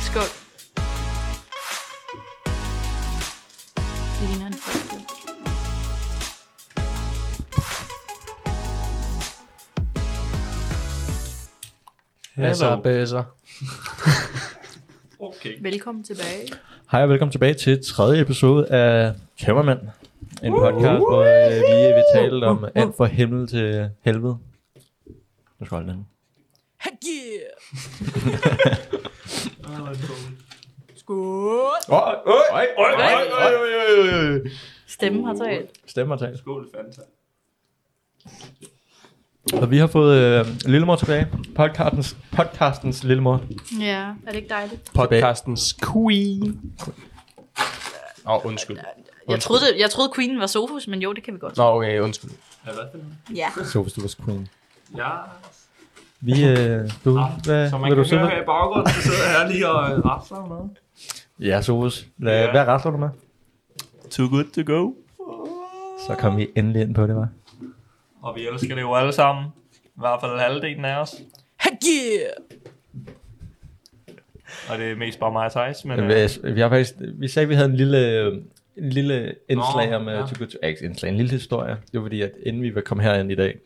Skål. Det ligner en frygtel. Ja, så Hallo. bæser. Okay. Velkommen tilbage. Hej og velkommen tilbage til tredje episode af Tømmermand. En podcast, hvor øh, vi vil tale om alt fra himmel til helvede. Nu skal jeg holde den. Yeah. Skål. Øj, øj, øj, øj, øj, øj. Stemmen har talt. Stemmer talt. Skål, Fanta. Og vi har fået øh, Lillemor tilbage. Podcastens, podcastens Lillemor. Ja, er det ikke dejligt? Podcastens queen. Åh, oh, undskyld. Jeg troede, det- jeg troede Queen var Sofus, men jo, det kan vi godt. Nå, okay, undskyld. Ja. Så hvis du var queen. Ja, Vi, øh, du, hvad, som Ah, man vil kan du sidde høre med? her i baggrunden, så sidder jeg lige og øh, rasler med. Ja, Sofus. Hvad, Ja. hvad rasler du med? Too good to go. Så kom vi endelig ind på det, var. Og vi elsker det jo alle sammen. I hvert fald halvdelen af os. Yeah. Og det er mest bare mig og Thijs, men øh, Vi, vi, har faktisk, vi sagde, at vi havde en lille, øh, en lille indslag Nå, om ja. ja. Too Good To Axe. Indslag, en lille historie. Det var fordi, at inden vi var kommet herind i dag,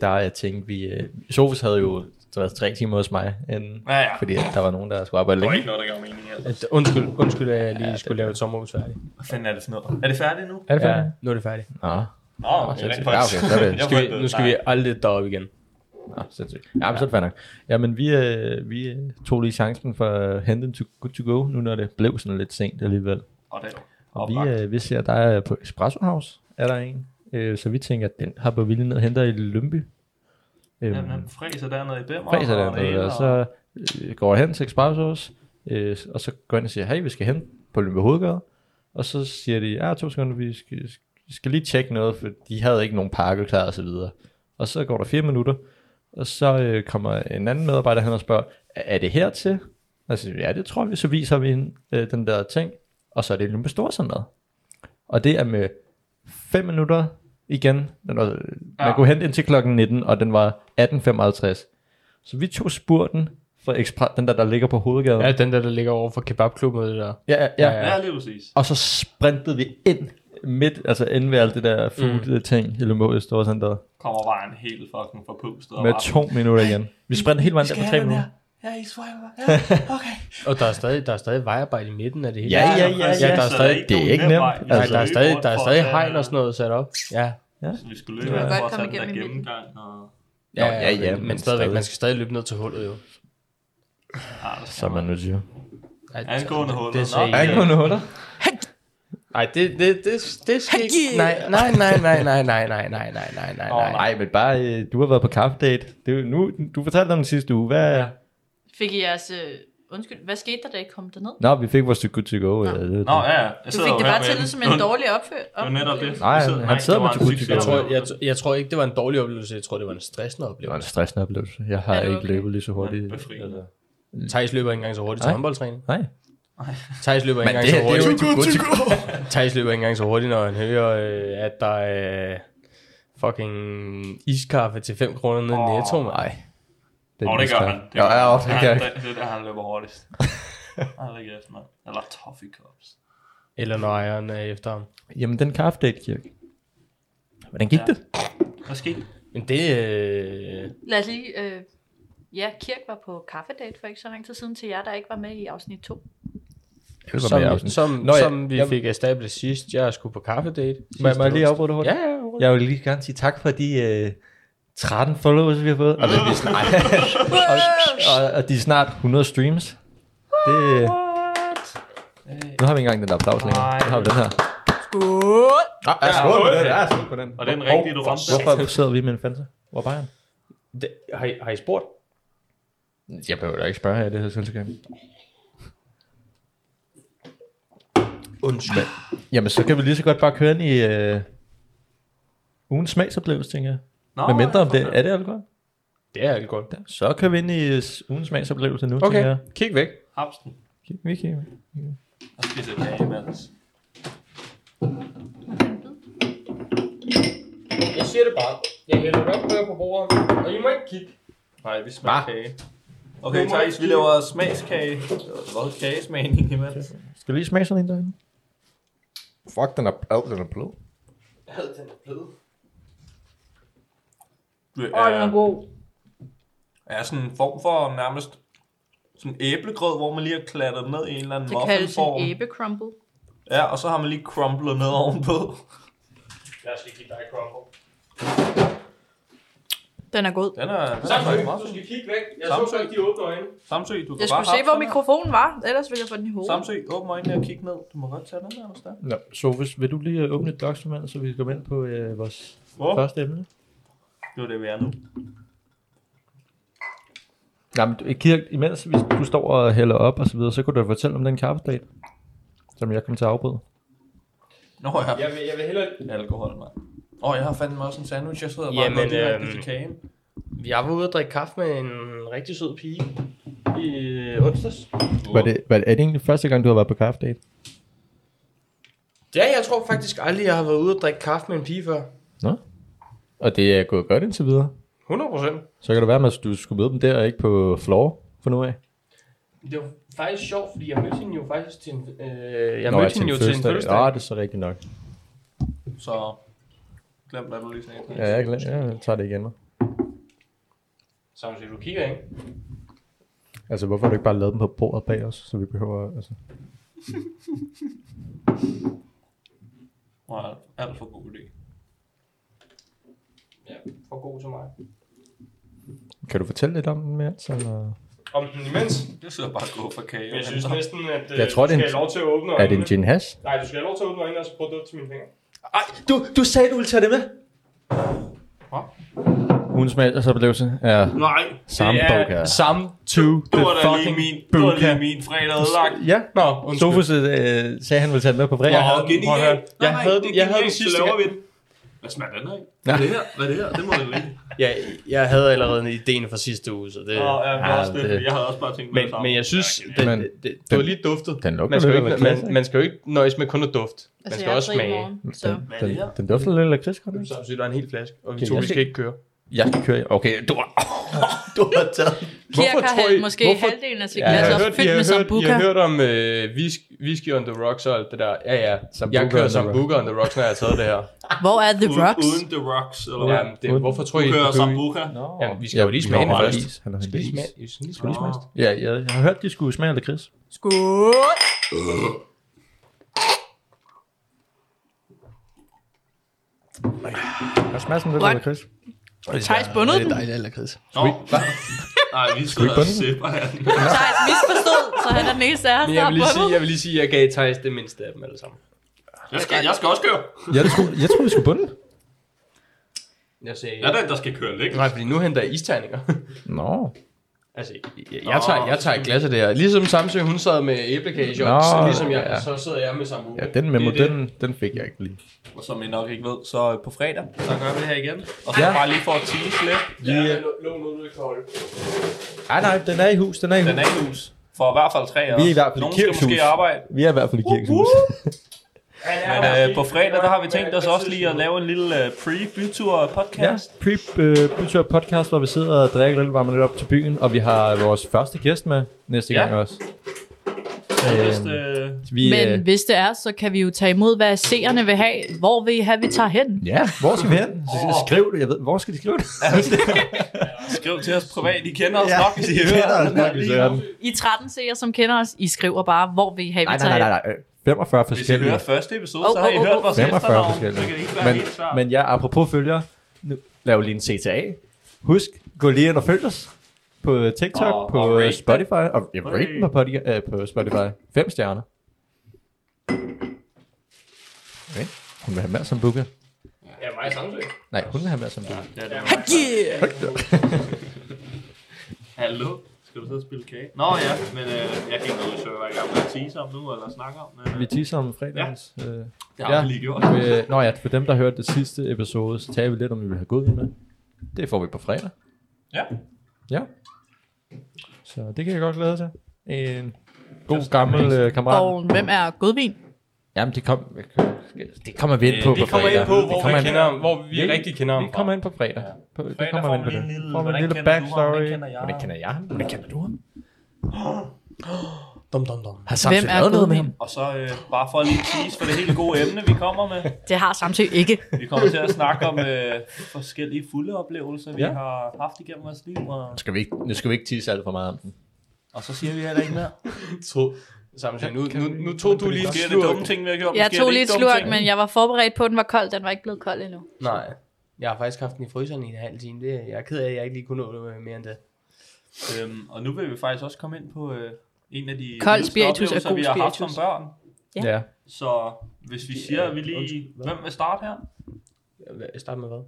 der jeg tænkte vi... Øh, Sofus havde jo været tre timer hos mig, inden, Ja, ja. fordi at der var nogen, der skulle arbejde det var længe. ikke noget, der gav mening heller. Et- Undskyld, undskyld, at jeg lige ja, skulle lave et sommerhus færdigt. Hvad fanden er det for noget? Er det færdigt nu? Er det Ja. færdigt? Nu er det færdigt. Nå, Nå, det er sindssygt. rent Ja, faktisk. okay, så er det- Jeg Skal vi, forventede- nu skal nej. vi aldrig derop igen. Nå, sindssygt. Ja, men så er det fair nok. Ja, men vi, øh, vi øh, tog lige chancen for at hente en to, good to go, nu når det blev sådan lidt sent alligevel. Og det er jo Og vi, oplagt. øh, vi ser, der er på Espresso House, er der en. Øh, så vi tænker, at den har på viljen og henter i Lønby. Øh, Jamen, han fræser dernede i bimmer. fredag og det dernede, hele, og så øh, går jeg hen til Espresso House, øh, og så går jeg ind og siger, hey, vi skal hen på Lønby Hovedgade. Og så siger de, ja, to sekunder, vi skal, skal lige tjekke noget, for de havde ikke nogen pakke klar og så videre. Og så går der fire minutter, og så øh, kommer en anden medarbejder hen og spørger, "Er- er det hertil? Og jeg siger, ja, det tror vi. Så viser vi hende øh, den der ting, og så er det Olympe Storcenteret. Og det er med fem minutter igen. Den var, ja. Ja. Man kunne hente ind til klokken 19, og den var 18.55. Så vi tog spurten fra ekspre- den der, der ligger på hovedgaden. Ja, Ja, den der, der ligger over for kebabklubben og det der. ja, ja. ja. Ja, lige præcis. Og så sprintede vi ind midt, altså ind ved alt det der food-ting, mm. eller måde står sådan der, Kommer bare en helt fucking forpustet. og med bare- to minutter igen. Vi sprintede hele vejen der på tre minutter. Ja, I swiper. Ja, okay. Og der er stadig, der er stadig vejarbejde i midten af det hele. Ja, ja, ja, præcis, ja, der er så stadig- det er nogen ikke nem nemt. vej. Vi Der, Altså, skal der er løbe stadig, rundt der er for at stadig tage- hegn og sådan noget sat op. Ja, Så vi skulle løbe kan ja. godt for at komme tage igennem den der i midten. gennemgang, og Ja, ja, ja, men, men men stadigvæk, stadig. man skal stadig løbe ned til hullet jo. ja, der Så er man nødt til at... Ej, Angående det- hullet. Det, Nå, sagde Er jeg. ikke nogen huller? Ej, det, det, det, det skal ikke. Nej, nej, nej, nej, nej, nej, nej, nej, nej, nej, nej, Åh, nej. nej. Nej, men bare, øh, du har været på kaffedate. Det er jo nu, du fortalte om den sidste uge. Hvad, ja. Fik I jeres... Øh, undskyld, hvad skete der, da I kom derned? Nå, vi fik vores stykke good to go. Ja. det- Nå, ja, ja. jeg Du sidder fik jo det bare her til med- det som en dårlig Øh, opført. Det var netop det. Nej, Vi han sidder med det var en Djibouti. succes. Jeg tror, jeg, jeg tror ikke, det var en dårlig oplevelse. Jeg tror, det var en stressende Det var en oplevelse. stressende oplevelse. Jeg har Er det ikke okay? løbet lige så Men hurtigt. befriende. Altså. Thijs løber ikke engang så hurtigt til Nej. håndboldtræning. Nej. Thijs løber ikke engang så det er hurtigt. jo good to go. Thijs løber ikke engang så hurtigt, når han hører, øh, at der er øh, fucking iskaffe til 5 kroner nede i Åh, Netto. mand. Det, Åh, det gør han. Ja, ja, det Han- gør han. Det er der, han løber hurtigst. Aldrig kæft, mand. Eller toffee cups. Eller når ejeren er efter ham. Jamen, den kaffedate, Kirk. Hvordan gik Ja. det? Hvad skete? Men det... Øh, Lad os lige... Øh, ja, Kirk var på kaffedate for ikke så lang tid siden til jer, der ikke var med i afsnit 2. Det var som, mere som, afsnit. som, Nå ja, som vi jamen- fik established sidst. Jeg skulle på kaffedate. Må jeg, må jeg lige sidste afbryde det onsdag. hurtigt? Ja, ja. Jeg vil lige gerne sige tak for de øh, 13 followers, vi har fået. Altså, vi er snart, og, og, og de er snart 100 streams. Det, øh, nu har vi ikke engang den der applaus længere. Nu har vi den her. Skål! Ah, ja, skål på den. Ja, skål på den. Og den rigtige, du ramte. Hvorfor sidder vi med en Fanta? Hvor er Bayern? Det, har, I, har I spurgt? Jeg behøver da ikke spørge her i det her selskab. Undskyld. Jamen, så kan vi lige så godt bare køre ind i øh, ugens smagsoplevelse, tænker jeg. Nå, Med mindre om for det, fanden. er det alkohol? Det er alt godt. Så kører vi ind i øh, ugens smagsoplevelse nu, tænker Okay, jeg. kig væk. Hapsen. Kig- Vi kigger. Jeg spiser kage imens. Jeg siger det bare. Jeg hælder det op på bordet, og I må ikke kigge. Nej, vi smager kage. Okay, Thijs, vi laver smagskage. Hvad? Kagesmagning imens. Skal vi lige smage sådan en derinde? Fuck, den er, oh, den er blød. Ad, den er blød. Åh, Det den er er, god. er sådan en form for nærmest sådan æblegrød, hvor man lige har klattet ned i en eller anden Det kaldes muffinform. en æbecrumble. Ja, og så har man lige crumblet ned ovenpå. Lad os lige give dig crumble. Den er god. Den er, den er Samsø, meget du fin. skal kigge væk. Jeg Samsø. så så ikke de åbne øjne. Samsø, du kan Jeg skulle bare se, hoppe hvor sådan her. mikrofonen var, ellers ville jeg få den i hovedet. Samsø, åbn øjnene og kig ned. Du må godt tage den her, hvis der. Nå, Sofus, vil du lige øh, åbne et dokument, så vi kan komme ind på øh, vores Hvor? første emne? Det var det, vi er nu. Jamen, du- Kirk, imens vi, du står og hælder op og så videre, så kunne du fortælle om den kaffedag, som jeg kom til at afbryde. Nå ja, Jeg vil, jeg vil hellere... alkohol, mand. Åh, jeg har fandme også en sandwich. Jeg sidder bare Jamen, Jamen, med direkte øhm, til kagen. Jeg var ude og drikke kaffe med en rigtig sød pige i øh, onsdags. Var det, var det, er det egentlig første gang, du har været på kaffedate? Ja, jeg tror faktisk aldrig, jeg har været ude og drikke kaffe med en pige før. Og det er gået godt indtil videre. 100 procent. Så kan det være, at du skulle møde dem der og ikke på floor for nu af. Det var faktisk sjovt, fordi jeg mødte hende jo faktisk til en... Øh, jeg Nå, mødte hende jo til en Nå, fødselsdag. det er så rigtigt nok. Så glem, hvad du lige sagde. Ja, jeg, glemmer, jeg tager det igen. hva'? Samme siger, du kigger, ikke? Altså, hvorfor har du ikke bare lavet dem på bordet bag os, så vi behøver... Altså... Nej, alt for god idé. Ja, for god til mig. Kan du fortælle lidt om den mere? Så, eller? Om den imens? Jeg sidder bare og går for kage. og Jeg synes venter. næsten, at øh, Jeg tror, du det er skal en- have lov til at åbne Er det en gin hash? Nej, du skal have lov til at åbne øjnene og så prøve at dukke til mine fingre. Ej, du, du sagde, du ville tage det med. Hva? Ugens smagersoplevelse er Nej, samme det er, boka. Samme to det the var da lige fucking min, det var boka. lige min fredag ødelagt. Ja, Nå, Sofus øh, sagde, han ville tage det med på fredag. Nå, Jeg havde- genialt. prøv at høre, Nej, Jeg nej, havde, det er jeg havde den genialt, så sidste laver gang. vi den. Hvad smager den her? Hvad er det her? Hvad er det her? Det må vi vide. Ja, jeg havde allerede en idé fra sidste uge, så det... Åh, ja, men Ja, også det. det- Jeg havde også bare tænkt på Men, det samme. men jeg synes, Ja, den, Men- det, det, det var lige duftet. den lugter man skal, lidt jo af ikke, lakrids, man, ikke? man skal jo ikke nøjes med kun at dufte. Man Altså, skal jeg også er fri i smage. Mm. morgen, så. Den, Hvad er det den, her? den dufter lidt af lakrids, kan den ikke? Samtidig der er en hel flaske, og vi Kan to jeg vi se- skal ikke køre. Jeg kan køre. Okay, du har, du har taget. Hvorfor Kirk har tror I- hældt måske hvorfor- halvdelen af sit Ja, Ja, glas jeg, har op hørt, jeg, fyldt med har hørt, jeg sambuca. har hørt om øh, whis- whisky on the rocks og alt det der. Ja, ja. Sambuca Jeg kører on the sambuca on the rocks, når jeg har taget det her. Hvor er The uden, Rocks? Uden The Rocks, eller hvad? Ja, det, hvorfor tror I, Du du kører kører Sambuca. Nå. Ja, vi skal jo lige smage den først. Han har hentet Skal is. lige smage? Jeg synes, lige Skal lige smage. smage? Ja, jeg, jeg har hørt, de skulle smage af lakrids. Skål! Jeg smager sådan lidt af What? lakrids. Thijs bundet den. dejligt, lakrids. Nå, hvad? Nej, vi sidder ikke og bunde den? sipper af den. Thijs misforstod, så han er den eneste af os, Men der jeg har vil lige sige, bundet. jeg vil lige sige, at jeg gav Thijs det mindste af dem alle sammen. Jeg skal, jeg skal også køre. Jeg tror, jeg tror, vi skulle bunde. Jeg sagde... Jeg er den, der skal køre lækker. Nej, fordi nu henter jeg isterninger. Nå. altså, jeg, jeg, tager, jeg tager et glas af det her. Ligesom Samsø, hun sad med æblekage, og Nå, så ligesom jeg, ja. så sidder jeg med sambuca. Ja, den memo, Det er det. den, den fik jeg ikke lige. Og som I nok ikke ved, så øh, på fredag, så gør vi det her igen. Og så Ja. bare lige for at tease lidt. Ja, lå noget, du ikke kan holde. Ej, nej, den er i hus, den er i hus. Den er i hus. For i hvert fald tre af Vi er i os. hvert fald i Nogen skal Kirkes måske hus. arbejde. Vi er i hvert fald i kirkens hus. Men øh, på fredag, der har vi tænkt os også lige at lave en lille øh, pre-bytur Ja, podcast. Pre øh, Byture Podcast, hvor vi sidder og drikker lidt varmer lidt op til byen, og vi har vores første gæst med næste Ja. gang også. Hvis, Øhm, øh, vi, Men øh, hvis det er, så kan vi jo tage imod, hvad seerne vil have. Hvor vil I have, vi tager hen? ja, hvor skal vi hen? Så Skriv det, jeg ved, hvor skal de skrive det? skriv til os privat. I kender os nok, hvis I hører Ja, den. nok, hvis jeg hører den. I 13 seere, som kender os, I skriver bare, hvor vil I have, vi Nej, tager nej, nej, hen. nej, nej. 45 Hvis I hører Øh, forskellige. første episode, Oh, så har I oh, oh, hørt vores 45 efternavn. Så forskellige. kan det ikke være Men, helt klart. men ja, apropos følger, nu laver lige en CTA. Husk, gå lige ind og følg os på øh, TikTok, Og- på og rate den. Spotify, og ja, rate Rate. den på, podca- øh, på Spotify. Fem stjerner. Okay. Hun vil have mere som booker. Ja, mig Samsø. Nej, hun vil have mere som booker. Ja, det er Yeah! Hallo? Skal du sidde og spille kage? Nå ja, men øh, jeg kan ikke nå huske, hvad jeg er i gang med at tease om nu, eller snakke om. Men, øh, Vi teaser om fredagens... Øh, det har vi lige gjort. øh, nå ja, for dem, der hørte det sidste episode, så taler vi lidt om, vi vil have godvin med. Det får vi på fredag. Ja. Ja. Så det kan jeg godt glæde jer til. En god gammel øh, kammerat. Og hvem er godvin? Jamen, det, kom, det kommer vi ind på Det på kommer fredag. ind på, hvor det Hvor, kommer vi, ind, kender ham, hvor vi Vi- rigtig kender ham det kommer ind på fredag. Ja. På, det Fredag kommer får ind på vi lige det. en lille- Får vi en hvordan lille kender du ham? backstory. Hvordan kender jeg Hvordan ham? kender jeg ham? Hvordan kender du ham? Dum, dum, dum. Har Samsø Hvem er lavet noget med ham? Gudmund? Og så øh, bare for at lige tease for det helt gode emne, vi kommer med. Det har samtidig ikke. Vi kommer til at snakke om øh, forskellige fulde oplevelser, vi Ja. ja. har haft igennem vores liv. Og, Nu skal vi ikke, nu skal vi ikke tisse alt for meget om den. og så siger vi heller ikke mere. To. Samtidig, nu, nu, nu tog du lige et Sker det dumme slurk. ting, vi har gjort? Jeg Sker tog det lige ikke et dumme slurk, ting? men jeg var forberedt på, at den var kold. Den var ikke blevet kold endnu. Nej. Jeg har faktisk haft den i fryseren i en halv time. Det, jeg er ked af, at jeg ikke lige kunne nå det mere end det. Øhm, og nu vil vi faktisk også komme ind på øh, en af de Kold vildeste spiritus er oplevelser, god vi har haft som spiritus. børn. Ja. Ja. Så hvis vi siger, at vi lige... Undskyld, hvad? Hvem vil starte her? Start med hvad?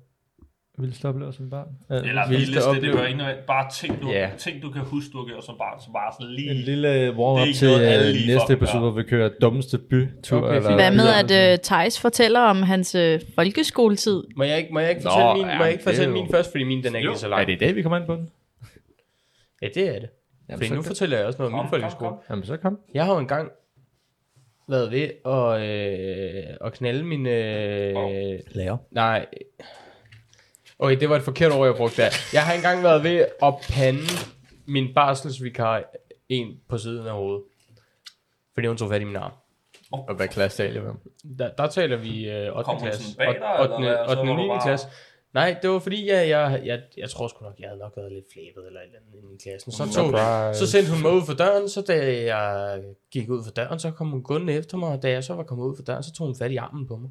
Vildeste oplevelse som barn. Øh, vildeste Eller vildeste, det oplevelse. var ikke noget. Bare ting du, Ja. ting, du kan huske, du har gjort som barn. Så bare sådan En lige... lille Det er warm-up ikke til noget, alle øh, lige næste fucking episode, hvor gør. vi kører dummeste bytur. Okay, Okay, fint. eller Hvad med, Ja, at uh, Thijs fortæller om hans øh, folkeskoletid? Må jeg ikke, må jeg ikke Nå, fortælle, min, ja, må jeg ikke det er fortælle jo- min først, fordi min den er ikke Jo. lige så Er lang. det i dag, vi kommer ind på den? Ja, det er det. Jamen, Fordi så, nu fortæller jeg også noget om min Kom, kom, folkeskole. kom. Jamen, så kom. Jeg har jo engang været ved at, øh, at knalde min... Øh, Lærer. nej. Okay, det var et forkert ord, jeg brugte der. Jeg har engang været ved at pande min barselsvikar en på siden af hovedet. Fordi hun tog fat i min arm. Og hvad klasse taler vi om? Der, der taler vi øh, 8. Kom hun klasse. sådan bag dig, eller hvad? Så 8. var du 9. bare- klasse. Nej, det var fordi, jeg, jeg, jeg, jeg tror sgu nok, jeg havde nok været lidt flæbet eller et eller andet inde i klassen. Så, tog, Surprise. så sendte hun mig ud for døren, så da jeg gik ud for døren, så kom hun gående efter mig, og da jeg så var kommet ud for døren, så tog hun fat i armen på mig.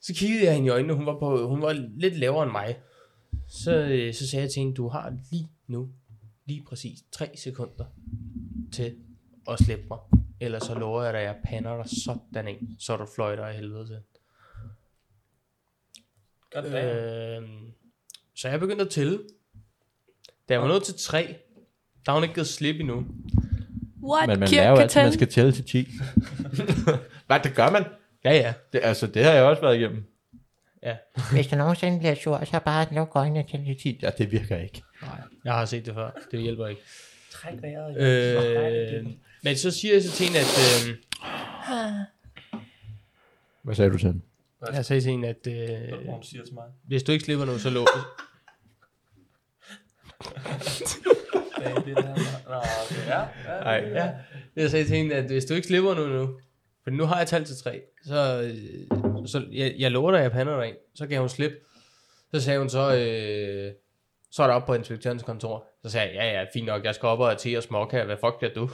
Så kiggede jeg hende i øjnene, hun var, på, hun var lidt lavere end mig. Så, øh, så sagde jeg til hende, du har lige nu, lige præcis tre sekunder til at slippe mig. Ellers så lover jeg dig, at jeg pander dig sådan en, så du fløjter af helvede til. Øh, Øh, så jeg begyndte at tælle. Da jeg var nået til tre, der har hun ikke givet slip endnu. What? Men man Kirk lærer jo kan altid, at tælle? man skal tælle til 10. Nej, det gør man. Ja, ja. Det, altså, det har jeg også været igennem. Ja. Hvis der nogensinde bliver sur, så bare luk øjnene til 10. Ja, det virker ikke. Jeg har set det før. Det hjælper ikke. Træk vejret. Øh, men så siger jeg så til hende, at... Øh, Hvad sagde du til den? jeg sagde til hende, at... øh, Øh, hun siger til mig. hvis du ikke slipper nu, så lå... Ja, det der. Nå, okay, ja, ja. Nej. Ja. Jeg sagde til hende, at hvis du ikke slipper nu nu, for nu har jeg talt til tre, så, øh, så jeg, jeg lover dig, at jeg pander dig ind. Så gav hun slip. Så sagde hun så, øh, så er der op på inspektørens kontor. Så sagde jeg, ja ja, fint nok, jeg skal op og te og smokke her. Hvad fuck bliver du?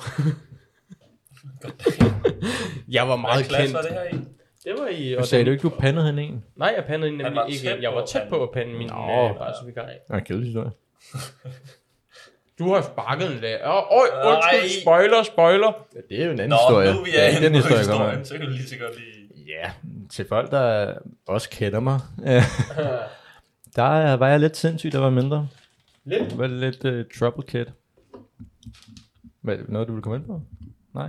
jeg var meget Hvad klasse kendt. var det her i? Det var i... Du sagde du ikke, du pandede hende en? Nej, jeg pandede hende Han nemlig var ikke. tæt ind. Jeg på var at tæt pande. på at pande min Nå. øh, barselsvikar af. Nej, kedelig historie. Du har sparket en dag. Åh, oh, undskyld, Ej. spoiler, spoiler. Det er jo en anden Nå, historie. nu er vi Det er ja, ikke den historie, jeg kommer historien, med. så kan du lige så godt lige... Ja, til folk, der også kender mig. der øh, var jeg lidt sindssyg, der var mindre. Lidt? Jeg var lidt uh, trouble kid. Hvad, noget, du ville komme ind på? Nej.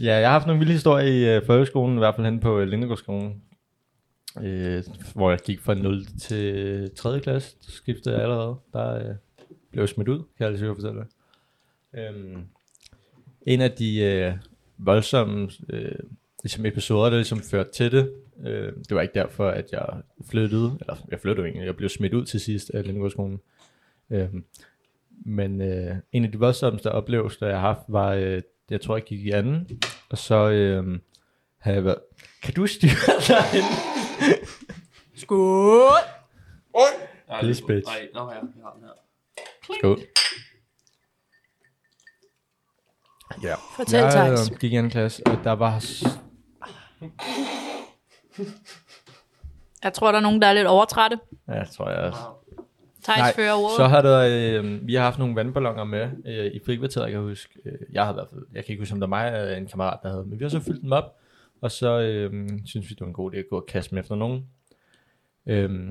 ja, jeg har haft nogle vilde historier i uh, folkeskolen, i hvert fald hen på uh, Lindegårdsskolen. Uh, hvor jeg gik fra 0 til 3. klasse, så skiftede jeg allerede. Der uh, blev jeg smidt ud, kan jeg lige sikkert fortælle dig. Um, en af de øh, voldsomme øh, ligesom episoder, der ligesom førte til det, øh, det var ikke derfor, at jeg flyttede, eller jeg flyttede jo ikke, jeg blev smidt ud til sidst af Lindegårdsskolen. Øh, men øh, en af de voldsomste oplevelser, jeg har haft, var, øh, jeg tror, jeg gik i anden, og så øh, havde jeg været, kan du styre dig ind? Skål! Nej, Pisse bitch. Nej, nå ja, jeg har den her. Skål. Ja. Fortæl, jeg Thijs. øh, gik i anden klasse, og der var s- Jeg tror, der er nogen, der er lidt overtrætte. Ja, det tror jeg også. Thijs fører ordet. så har der, øh, vi har haft nogle vandballoner med øh, i frikvarteret, jeg kan huske. Øh, jeg havde i hvert fald, jeg kan ikke huske, om det var mig eller en kammerat, der havde, men vi har så fyldt dem op, og så øh, synes vi, det var en god idé at gå og kaste dem efter nogen. Øh,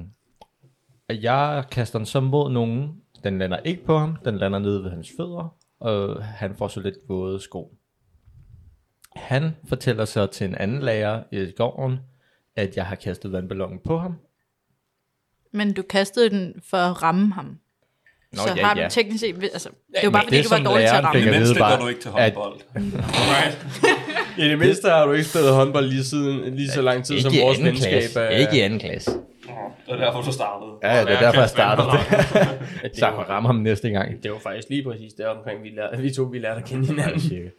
jeg kaster den så mod nogen, den lander ikke på ham, den lander nede ved hans fødder, og han får så lidt våde sko. Han fortæller så til en anden lærer i gården, at jeg har kastet vandballonen på ham, Men du kastede den for at ramme ham. Nå, så ja, har ja. du teknisk set... Altså, det er jo bare, men fordi det du er var sådan, dårlig til at læreren fik ramme. I at- det vide mindste bare, går du ikke til håndbold. Alright. I det mindste har du ikke spillet håndbold lige, siden, lige så lang tid, som Ikke i vores anden venskab klasse. er... Ikke i anden klasse. Det er derfor, du startede. Ja, ja, det er derfor, jeg startede. det, Så jeg var, rammer ham næste gang. det var faktisk lige præcis der omkring, vi, lærte, vi to vi lærte at kende hinanden. cirka.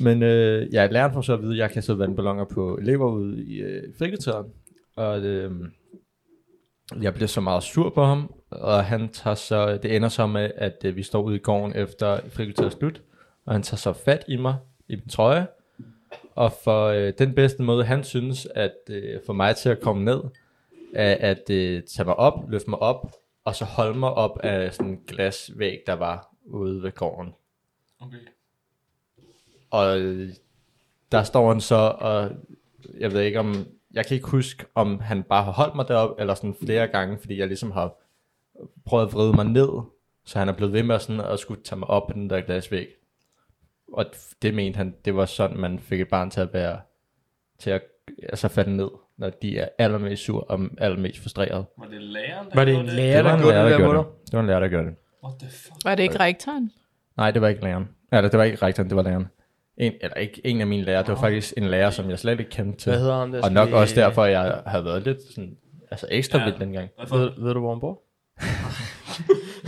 Men øh, jeg lærte for så at vide, at jeg kan sætte vandballoner på elever ude i øh, frikvarteren. Og øh, jeg bliver så meget sur på ham, og han tager så, det ender så med, at øh, vi står ude i gården efter frikvarteret slut, og han tager så fat i mig, i min trøje, og for øh, den bedste måde, han synes, at øh, få mig til at komme ned, er at øh, tage mig op, løfte mig op, og så holde mig op af sådan en glasvæg, der var ude ved gården. Okay. Og der står han så, og jeg ved ikke om, jeg kan ikke huske, om han bare har holdt mig derop, eller sådan flere gange, fordi jeg ligesom har prøvet at vride mig ned, så han er blevet ved med sådan at skulle tage mig op på den der glasvæg. Og det mente han, det var sådan, man fik et barn til at være, til at altså falde ned, når de er allermest sur og allermest frustreret. Var det læreren, der Var det en gjorde lærer, der en gjorde det der gjorde mod det. Det var en lærer, der gjorde det. What the fuck? Var det ikke rektoren? Nej, det var ikke læreren. Eller det var ikke rektoren, det var læreren. En, eller ikke en af mine lærere, det var faktisk en lærer, som jeg slet ikke kendte til. Hvad hedder ham der? Og nok skal- også derfor, at jeg havde været lidt sådan, altså ekstra Ja. ja. vild dengang. Hvorfor? Ved, ved du, hvor han bor?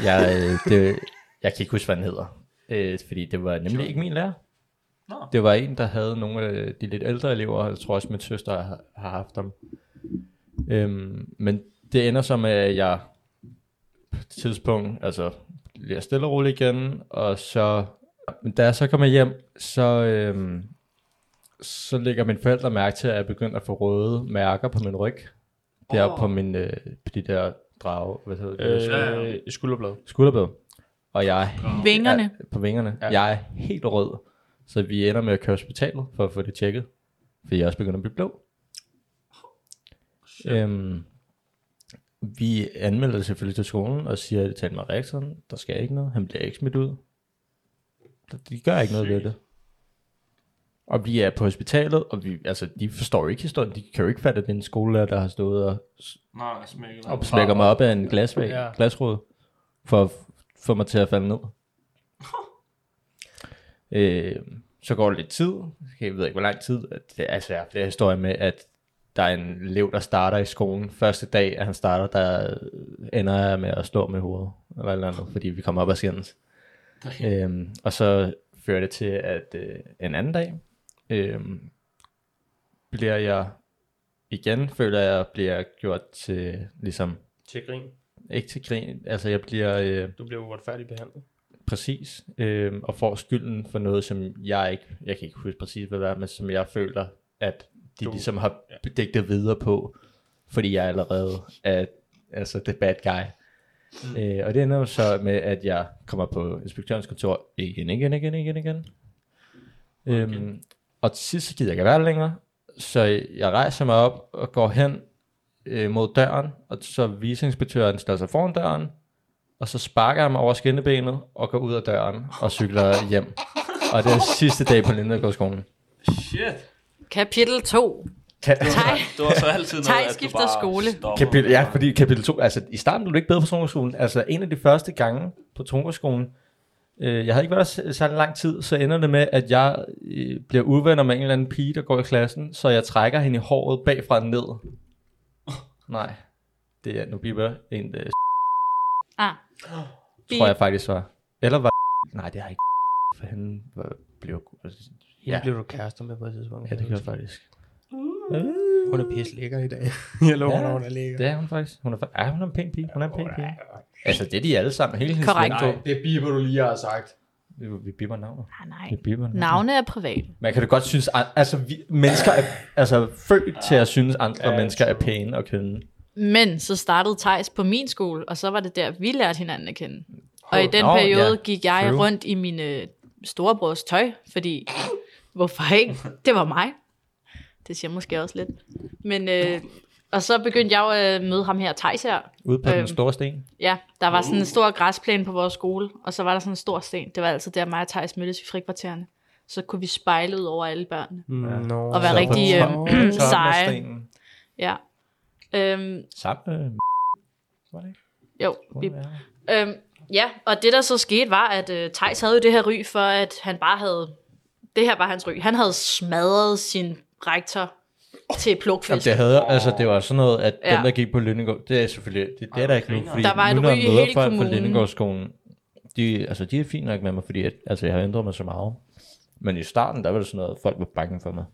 Jeg, øh, det, jeg kan ikke huske, hvad han hedder. Øh, fordi det var nemlig ikke min lærer. Nå. Det var en, der havde nogle af de lidt ældre elever, og jeg tror også, min søster har, har haft dem. Øhm, men det ender så med, at jeg på et tidspunkt, altså bliver stille og roligt igen, og så, men da jeg så kommer hjem, så, øhm, så lægger mine forældre mærke til, at jeg begynder at få røde mærker på min ryg. Der Åh. på, min, øh, på de der drage, hvad hedder det? Ja, Øh, skulderblad. skulderblad. Og jeg er Vingerne. Ja, på vingerne. Ja. Ja. Jeg er helt rød. Så vi ender med at køre hospitalet for at få det tjekket. Fordi jeg er også begyndt at blive blå. Øhm, vi anmelder det selvfølgelig til skolen og siger, at det talte med rektoren. Der sker ikke noget. Han bliver ikke smidt ud. Der- De gør ikke noget ved det. Og vi er på hospitalet, og vi, altså, de forstår jo ikke historien. De kan jo ikke fatte, at det er en skolelærer, der har stået og Nej, smækket. Op. smækker mig op af en glasvæg, Ja. ja. glasrude, for at f- få mig til at falde ned. øh, så går der lidt tid, jeg ved ikke hvor lang tid, at det, altså jeg har flere historier med, at der er en elev, der starter i skolen. Første dag, at han starter, der ender jeg med at slå med hovedet, eller et eller andet, fordi vi kommer op af skændes. Øhm, og så fører det til, at øh, en anden dag, øh, bliver jeg igen, føler jeg, bliver gjort til, ligesom, Til grin. ikke til grin. Altså, jeg bliver øh, Du bliver uretfærdigt behandlet. præcis øh, og får skylden for noget, som jeg ikke, jeg kan ikke huske præcis, hvad det er, men som jeg føler, at de Du- du, ligesom har digtet videre på, fordi jeg allerede er altså the bad guy. Mm. Øh, og det ender jo så med, at jeg kommer på inspektørens kontor igen, igen, igen, igen, igen. Okay. Øhm, og til sidst så gider jeg ikke være der længere, så jeg rejser mig op og går hen øh, mod døren, og så viceinspektøren stiller sig foran døren, og så sparker jeg mig over skinnebenet og går ud af døren og cykler hjem. Og det er sidste dag på Lindegårdsskolen. Shit. Kapitel 2. Ka- Thaj. Det var så altid noget, Thaj at du skifter bare skole. stopper. kapitel, ja, fordi kapitel 2, altså i starten blev det ikke bedre på Trunkerskolen. Altså en af de første gange på Trunkerskolen, øh, jeg havde ikke været der s- særlig lang tid, så ender det med, at jeg øh, bliver uvenner med en eller anden pige, der går i klassen, så jeg trækker hende i håret bagfra og ned. Nej, det er, nu bliver en, øh, Ah. tror jeg faktisk var. Eller var Nej, det har jeg ikke. For han var, blev... Ja. Ja. blev du kærester med på et tidspunkt. Ja, det gør jeg faktisk. Hun er pisse lækker i dag. Jeg lover, Ja. ja. hun er lækker. Det er hun faktisk. Hun er, fa- ja, hun er en pæn pige. Hun er en pæn pige. Altså, det er de alle sammen. Hele hendes Korrekt. Nej, det biber du lige har sagt. Vi, vi bipper navnet. Ah, nej. Vi bipper navnet. Navne er privat. Man kan da godt synes, an- altså vi, mennesker er altså, født til at synes, andre Ja, mennesker er true. pæne og kønne. Men så startede Tejs på min skole, og så var det der, vi lærte hinanden at kende. Og i den Nå, periode ja. gik jeg True. rundt i mine storebrors tøj, fordi hvorfor ikke? Det var mig. Det siger måske også lidt. Men, øh, og så begyndte jeg jo at møde ham her, Tejs her. Ude på Øhm. den store sten. Ja, der var sådan en stor græsplæne på vores skole, og så var der sådan en stor sten. Det var altid der, mig og Thijs mødtes i frikvartererne. Så kunne vi spejle ud over alle børnene. Mm, Nå. Og være Så på rigtig toppen- øh, toppen af seje. stenen. Ja. Øhm, Sammen med... Var det ikke? jo, Hvor vi er det? Øhm, Ja, og det der så skete var, at øh, Tejs havde jo det her ry for, at han bare havde... Det her var hans ry. Han havde smadret sin rektor til Jamen, plukfisk. det havde, altså, det var sådan noget, at ja. Ja. dem, der gik på Lønnegård, det er selvfølgelig, det, det er Ah, der ikke nu, griner. fordi Der var et nu, når ry jeg i møder hele folk på kommunen. Lønnegårdsskolen, de, altså, de er fint nok med mig, fordi at, altså, jeg har ændret mig så meget. Men i starten, der var det sådan noget, folk var bange for mig.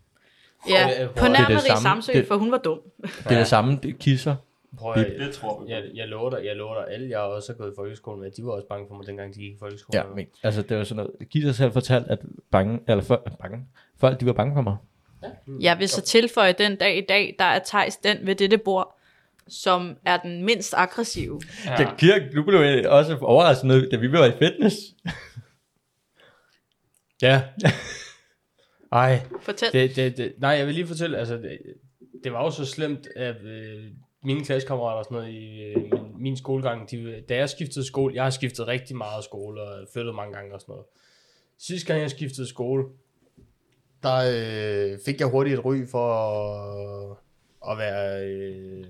ja, på Det er det nærmere i samme. Samsø, Det- for hun var dum. Det er det samme, det kisser. Prøv at, Det tror vi. jeg, jeg, lover dig, jeg lover dig alle. Jeg har også gået i folkeskolen med. De var også bange for mig, dengang de gik i folkeskolen. Ja, men, altså, det var sådan noget, kisser selv fortalte, at bange, eller for, bange, folk, de var bange for mig. Mm. Jeg vil så tilføje den dag i dag, der er Tejs den ved dette bord, som er den mindst aggressive. Ja. Jeg, Kirk, du blev jeg også overrasket med, da vi var i fitness. ja. Ej, Fortæl. det, det, det, nej, jeg vil lige fortælle, altså, det, det var jo så slemt, at øh, mine klassekammerater og sådan noget i øh, min, min skolegang, de, da jeg skiftede skole, jeg har skiftet rigtig meget skole og flyttet mange gange og sådan noget. Sidste gang jeg skiftede skole, der øh, fik jeg hurtigt et ry for at, at være... Øh,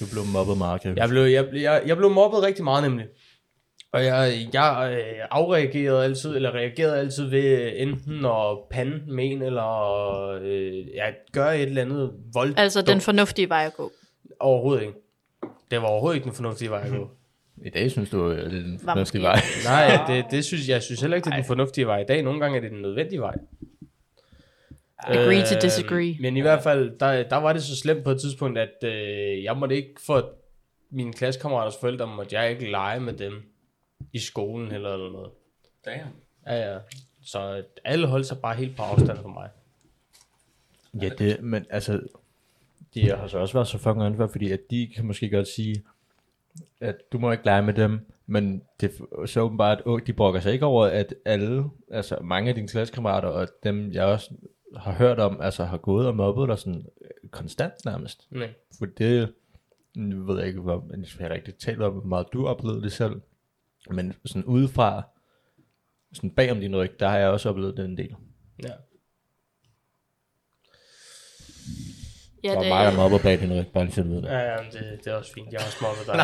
Du blev mobbet meget, Kirk. jeg blev, jeg, blev- jeg, jeg blev mobbet rigtig meget nemlig. Og jeg, jeg øh, afreagerede altid, eller reagerede altid ved øh, enten at pande med en, eller øh, at gøre et eller andet voldsomt. Altså den fornuftige vej at gå. Overhovedet ikke. Det var overhovedet ikke den fornuftige vej at gå. I dag synes du, øh, det er den Var fornuftige måske- vej. Nej, det, det synes, jeg synes heller ikke, det er den fornuftige vej i dag. Nogle gange er det den nødvendige vej. Øh, Agree Øh, to disagree. Men i hvert fald, der, der var det så slemt på et tidspunkt, at øh, jeg måtte ikke for mine klassekammeraters forældre, måtte jeg ikke lege med dem i skolen eller eller noget. Damn. Ja, ja. Så alle holdt sig bare helt på afstand fra mig. Ja, det, men altså, de har så også været så fucking ansvar, fordi at de kan måske godt sige, at du må ikke lege med dem, men det er så åbenbart, at de brokker sig ikke over, at alle, altså mange af dine klassekammerater, og dem jeg også har hørt om, altså har gået og mobbet dig sådan øh, konstant nærmest. Nej. For det, nu ved jeg ikke, hvor, men jeg har rigtig talt om, hvor meget du oplevede det selv, men sådan udefra, sådan bagom din ryg, der har jeg også oplevet det en del. Ja. Ja, Der var det, meget, der mobbede bag din ryg, bare lige så du ved det. Ja, ja, men det, det er også fint. Jeg har også mobbet dig.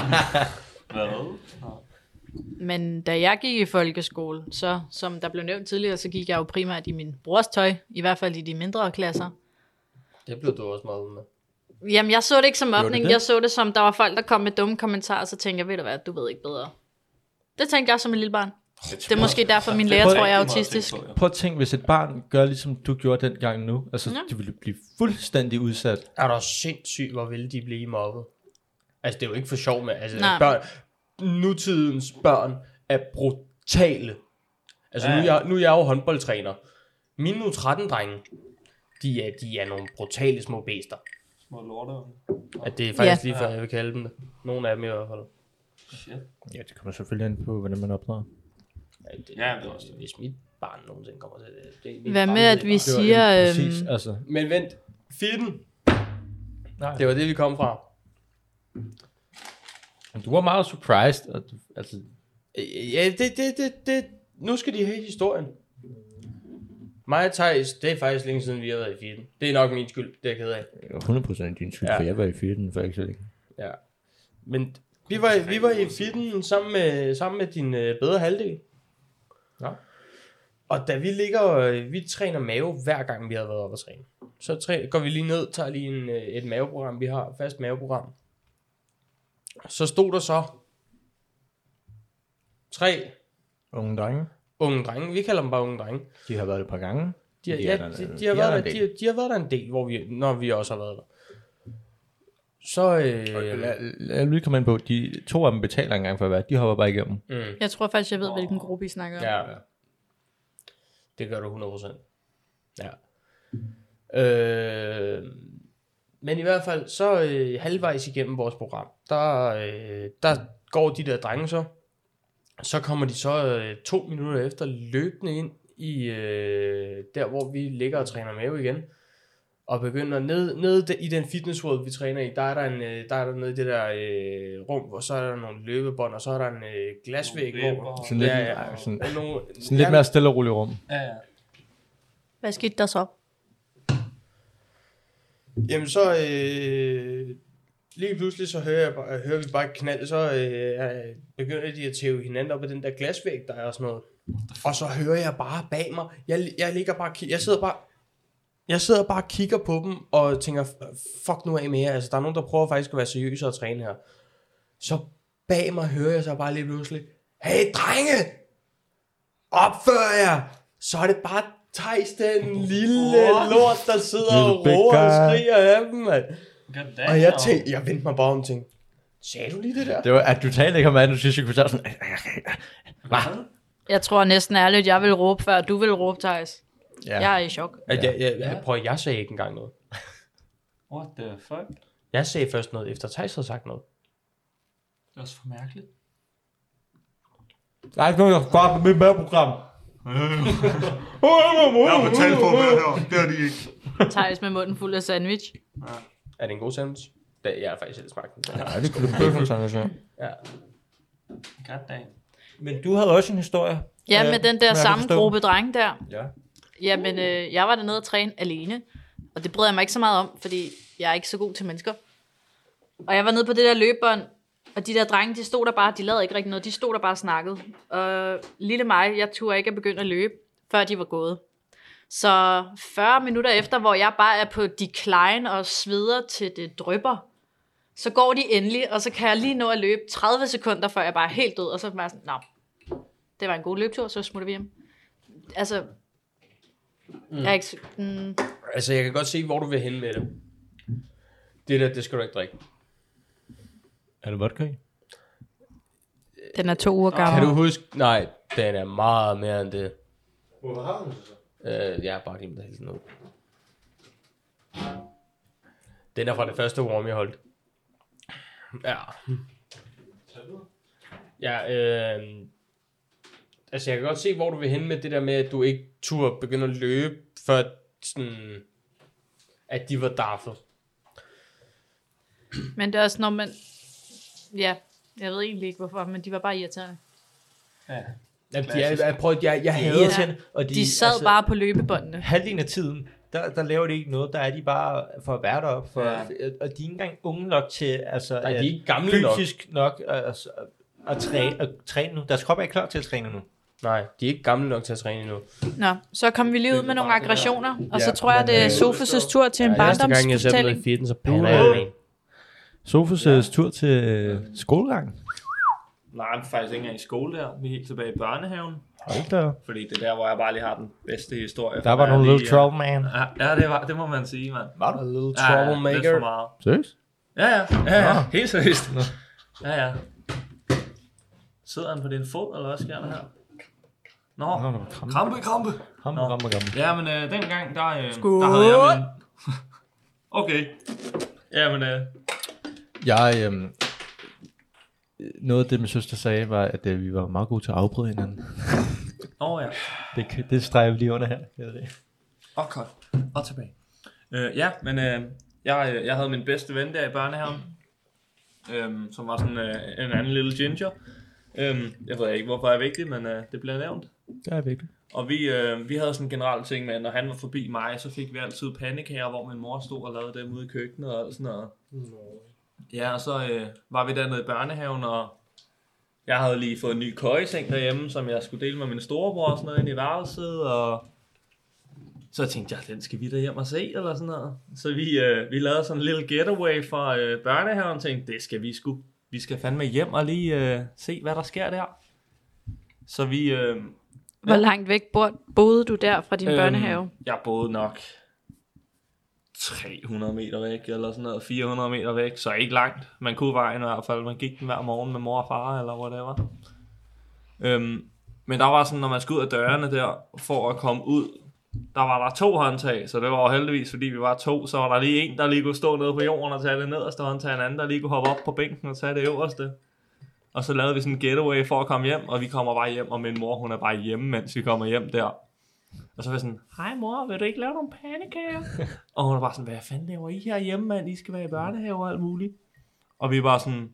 Hvad? Men da jeg gik i folkeskole, så som der blev nævnt tidligere, så gik jeg jo primært i min brors tøj, i hvert fald i de mindre klasser. det blev du også mobbet med. Jamen, jeg så det ikke som det opning, det? jeg så det som, der var folk, der kom med dumme kommentarer, så tænkte jeg, ved du hvad, du ved ikke bedre. Det tænkte jeg som en lille barn. Det er måske derfor, min lærer prøver tror, jeg jeg er autistisk. Prøv at tænke, hvis et barn gør ligesom du gjorde dengang nu, altså ja. Ja. de ville blive fuldstændig udsat. Er du sindssygt, hvor ville de blive mobbet? Altså, det er jo ikke for sjov med. Altså, Nej. børn, nutidens børn er brutale. Altså, nu, er jeg, nu er jeg jo håndboldtræner. Mine nu 13 drenge, de er, de er nogle brutale små bæster. Små lorte. At det er faktisk ja. lige for, jeg vil kalde dem det. Nogle af dem i hvert fald. Shit. Ja, det kommer selvfølgelig an på, hvordan man opdrager. Ja, det, Ja, det er også det. Hvis mit barn nogensinde kommer til det. det er mit Hvad barn, med, det er at mit vi barn. siger... præcis, Øhm, altså. Men vent, fitten, Nej. det var det, vi kom fra. Du var meget surprised. Og du, altså, Øh, Ja, det, det, det, det. Nu skal de have historien. Mig og Thijs, det er faktisk længe siden, vi har været i fitten. Det er nok min skyld, det er jeg ked af. det var 100% din skyld, ja. Ja. for jeg var i fyrten for ikke så længe. Ja. Men vi var, vi var i fitten sammen med, sammen med din øh, bedre halvdel. Ja. Og da vi ligger, øh, vi træner mave hver gang, vi har været oppe at træne. Så træ, går vi lige ned, tager lige en, øh, et maveprogram, vi har, fast maveprogram. Så stod der så tre Unge drenge, unge drenge, vi kalder dem bare unge drenge. de har været et par gange. De har, De de, er ja, der- de, de de, er har der en været der, del. de, har- de har været der en del, hvor vi, når vi også har været der. Så, øh, Lad, lad mig lige komme ind på, de to af dem betaler engang for at være, de hopper bare igennem. mm, jeg tror faktisk, jeg ved, hvilken gruppe I snakker om. ja, det gør du 100%. Ja. Øh, men i hvert fald, så øh, halvvejs igennem vores program, der, øh, der går de der drenge så, så kommer de så øh, to minutter efter løbende ind i øh, der, hvor vi ligger og træner mave igen. og begynder ned, ned de- i den fitness world, vi træner i, der er der, en, øh, der, er der nede i det der øh, rum, hvor så er der nogle løbebånd, og så er der en øh, glasvæg, Nogle hvor... ribber. Sådan lidt, Ja, ja. Sådan, Nogle, sådan lidt ja, mere stille og roligt rum. Ja, ja. Hvad skete der så? Jamen så, øh, lige pludselig så hører, jeg, bare- hører vi bare et knald, så øh, øh, begynder de at tæve hinanden op ad den der glasvæg, der er og sådan noget. Og så hører jeg bare bag mig, jeg, jeg ligger bare, og ki- jeg sidder bare, jeg sidder bare og kigger på dem, og tænker, fuck nu af med jer, altså der er nogen, der prøver faktisk at være seriøse og træne her. Så bag mig hører jeg så bare lige pludselig, hey drenge, opfør jer, så er det bare Thijs, den lille What? lort, der sidder og Little big roer og guy. skriger af dem, mand. Goddag, Og jeg, tænkte, jeg vendte mig bare om og tænkte, sagde du lige det der? Det var, at du talte ikke om andet, du synes, jeg kunne fortælle sådan, Jeg tror næsten ærligt, jeg vil råbe, før du vil råbe, Thijs. ja, Ja. Jeg er i chok. At jeg, jeg, jeg, Ja. prøv, at- jeg sagde ikke engang noget. What the fuck? Jeg sagde først noget, efter Thijs havde sagt noget. Det er også for mærkeligt. Der er ikke nogen, der sparer på mit madprogram. Jeg har betalt for at være her. Det har de ikke. Thijs med munden fuld af sandwich. Er det en god sandwich? Da, jeg har faktisk selv smagt den. Nej, det kunne du bøffen sådan Ja. Goddag. Men du havde også en historie. Ja, Ja, med den men der jeg kan samme forstå. gruppe drenge der. Ja. Jamen, øh, jeg var dernede og træne alene, og det bryder jeg mig ikke så meget om, fordi jeg er ikke så god til mennesker. Og jeg var nede på det der løbebånd, og de der drenge, de stod der bare, de lavede ikke rigtig noget, de stod der bare og snakkede. Og lille mig, jeg turde ikke at begynde at løbe, før de var gået. Så 40 minutter efter, hvor jeg bare er på decline og sveder til det drypper, så går de endelig, og så kan jeg lige nå at løbe 30 sekunder, før jeg bare er helt død, og så er jeg bare sådan, nå, det var en god løbetur, så smutter vi hjem. Altså, jeg er ikke... s- Mm, Altså, jeg kan godt se, hvor du vil hen med det. Det der, det skal du ikke drikke. Er det vodka i? den er to uger Kan gammel. du huske? Nej, den er meget mere end det. Hvor har den så? Øh, jeg har bare glemt at hælde den ud. Den er fra det første warm, jeg holdt. Ja. Ja, øh, altså jeg kan godt se, hvor du vil hen med det der med, at du ikke turde begynde at løbe, før sådan, at de var daffet. Men det er også, når man... Ja, jeg ved egentlig ikke hvorfor, men de var bare irriterende. Ja. Jamen, de, jeg, Klassisk. jeg, prøvede, jeg, jeg havde Ja. den, og de, De sad altså, bare på løbebåndene. halvdelen af tiden, der, der laver de ikke noget. Der er de bare for at være deroppe. For, Ja. ja. Og de er ikke engang unge nok til altså, Nej, de er at- ikke gamle nok. fysisk nok, nok at, at, træne, at træne nu. Deres krop er ikke klar til at træne nu. Nej, de er ikke gamle nok til at træne endnu. Nå, så kom vi lige ud med nogle aggressioner, og så Ja, tror jeg, det er Sofus' tur til en ja, barndomsfortælling. fitten, så pander jeg den Sofus ja. tur til øh, skolegang. Nej, vi er faktisk ikke engang i skole der. Vi er helt tilbage i børnehaven. Hold da. Fordi det er der, hvor jeg bare lige har den bedste historie. Der var Jeg nogle lige- little trouble, man. Ja, ja det, var, det må man sige, mand. Var du? A little Ja, ja, lidt troublemaker. for meget. Seriøst? Ja, ja. ja, ja. Helt seriøst. Ja, ja. Sidder han på din fod, eller hvad sker der her? Nå, Nå, der var krampe. krampe, krampe. Ham, Nå. krampe, krampe. Ja, men øh, dengang, der, øh, Skål. der havde jeg min... okay. Ja, men øh, Jeg, øh, noget af det, min søster sagde, var, at øh, vi var meget gode til at afbryde hinanden. nå ja. Det, kan- det streger vi lige under her. Jeg ved det. Og godt. Og tilbage. Øh, ja, men øh, jeg, øh, jeg havde min bedste ven der i børnehaven, øh, som var sådan øh, en anden lille ginger. Øh, jeg ved ikke, hvorfor jeg er vigtig, men øh, det bliver nævnt. Det er vigtigt. Og vi, øh, vi havde sådan en generel ting med, at når han var forbi mig, så fik vi altid pandekager, hvor min mor stod og lavede dem ude i køkkenet og alt sådan noget. Ja, og så øh, var vi dernede i børnehaven, og jeg havde lige fået en ny køjeseng derhjemme, som jeg skulle dele med min storebror og sådan noget ind i værelset, og så tænkte jeg, den skal vi da hjem og se, eller sådan noget. Så vi, øh, vi lavede sådan en lille getaway fra øh, børnehaven, og tænkte, det skal vi sgu. Vi skal fandme hjem og lige øh, se, hvad der sker der. Så vi, øh, Hvor langt væk bor- boede du der fra din øhm, børnehave? Jeg boede nok 300 meter væk, eller sådan noget, 400 meter væk, så ikke langt. Man kunne vejen i hvert fald, man gik den hver morgen med mor og far, eller whatever. Øhm, men der var sådan, når man skulle ud af dørene der, for at komme ud, der var der to håndtag, så det var jo heldigvis, fordi vi var to, så var der lige en, der lige kunne stå nede på jorden og tage det nederste håndtag, en anden, der lige kunne hoppe op på bænken og tage det øverste. Og så lavede vi sådan en getaway for at komme hjem, og vi kommer bare hjem, og min mor, hun er bare hjemme, mens vi kommer hjem der. Og så var jeg sådan, hej mor, vil du ikke lave nogle pandekager? og hun var bare sådan, hvad fanden laver I herhjemme, mand? I skal være i børnehave og alt muligt. Og vi var sådan,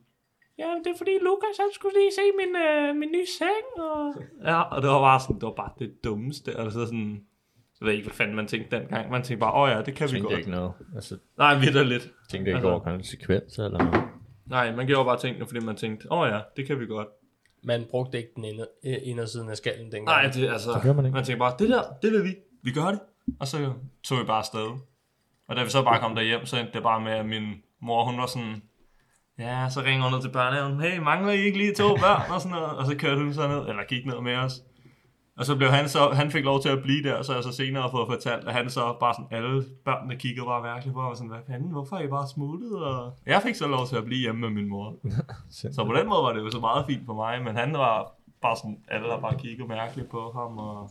ja, det er fordi Lukas, han skulle lige se min, øh, min nye seng. Og... Ja, og det var bare sådan, det var bare det dummeste. Altså sådan, Jeg ved ikke, hvad fanden man tænkte dengang. Man tænkte bare, åh oh ja, det kan vi tænkte godt. jeg ikke noget. Altså, Nej, videre lidt. tænkte jeg ikke Altså. over konsekvenser eller noget. Nej, man gjorde bare tingene, fordi man tænkte, åh oh ja, det kan vi godt. Man brugte ikke den inder, øh, indersiden af skallen dengang. Nej, det er altså... Så gør man ikke. Man tænker bare, det der, det vil vi. Vi gør det. Og så tog vi bare afsted. Og da vi så bare kom derhjem, så endte det bare med, at min mor, hun var sådan... Ja, så ringer hun ned til børnehaven. Hey, mangler I ikke lige to børn? Og sådan noget. Og så kørte hun så ned, eller gik ned med os. Og så blev han så, han fik lov til at blive der, så jeg så senere fået fortalt, at han så bare sådan, alle børnene kiggede bare mærkeligt på, mig, og var sådan, hvad fanden, hvorfor er I bare smuttet? Og jeg fik så lov til at blive hjemme med min mor. Så på den måde var det jo så meget fint for mig, men han var bare sådan, alle der bare kiggede mærkeligt på ham, og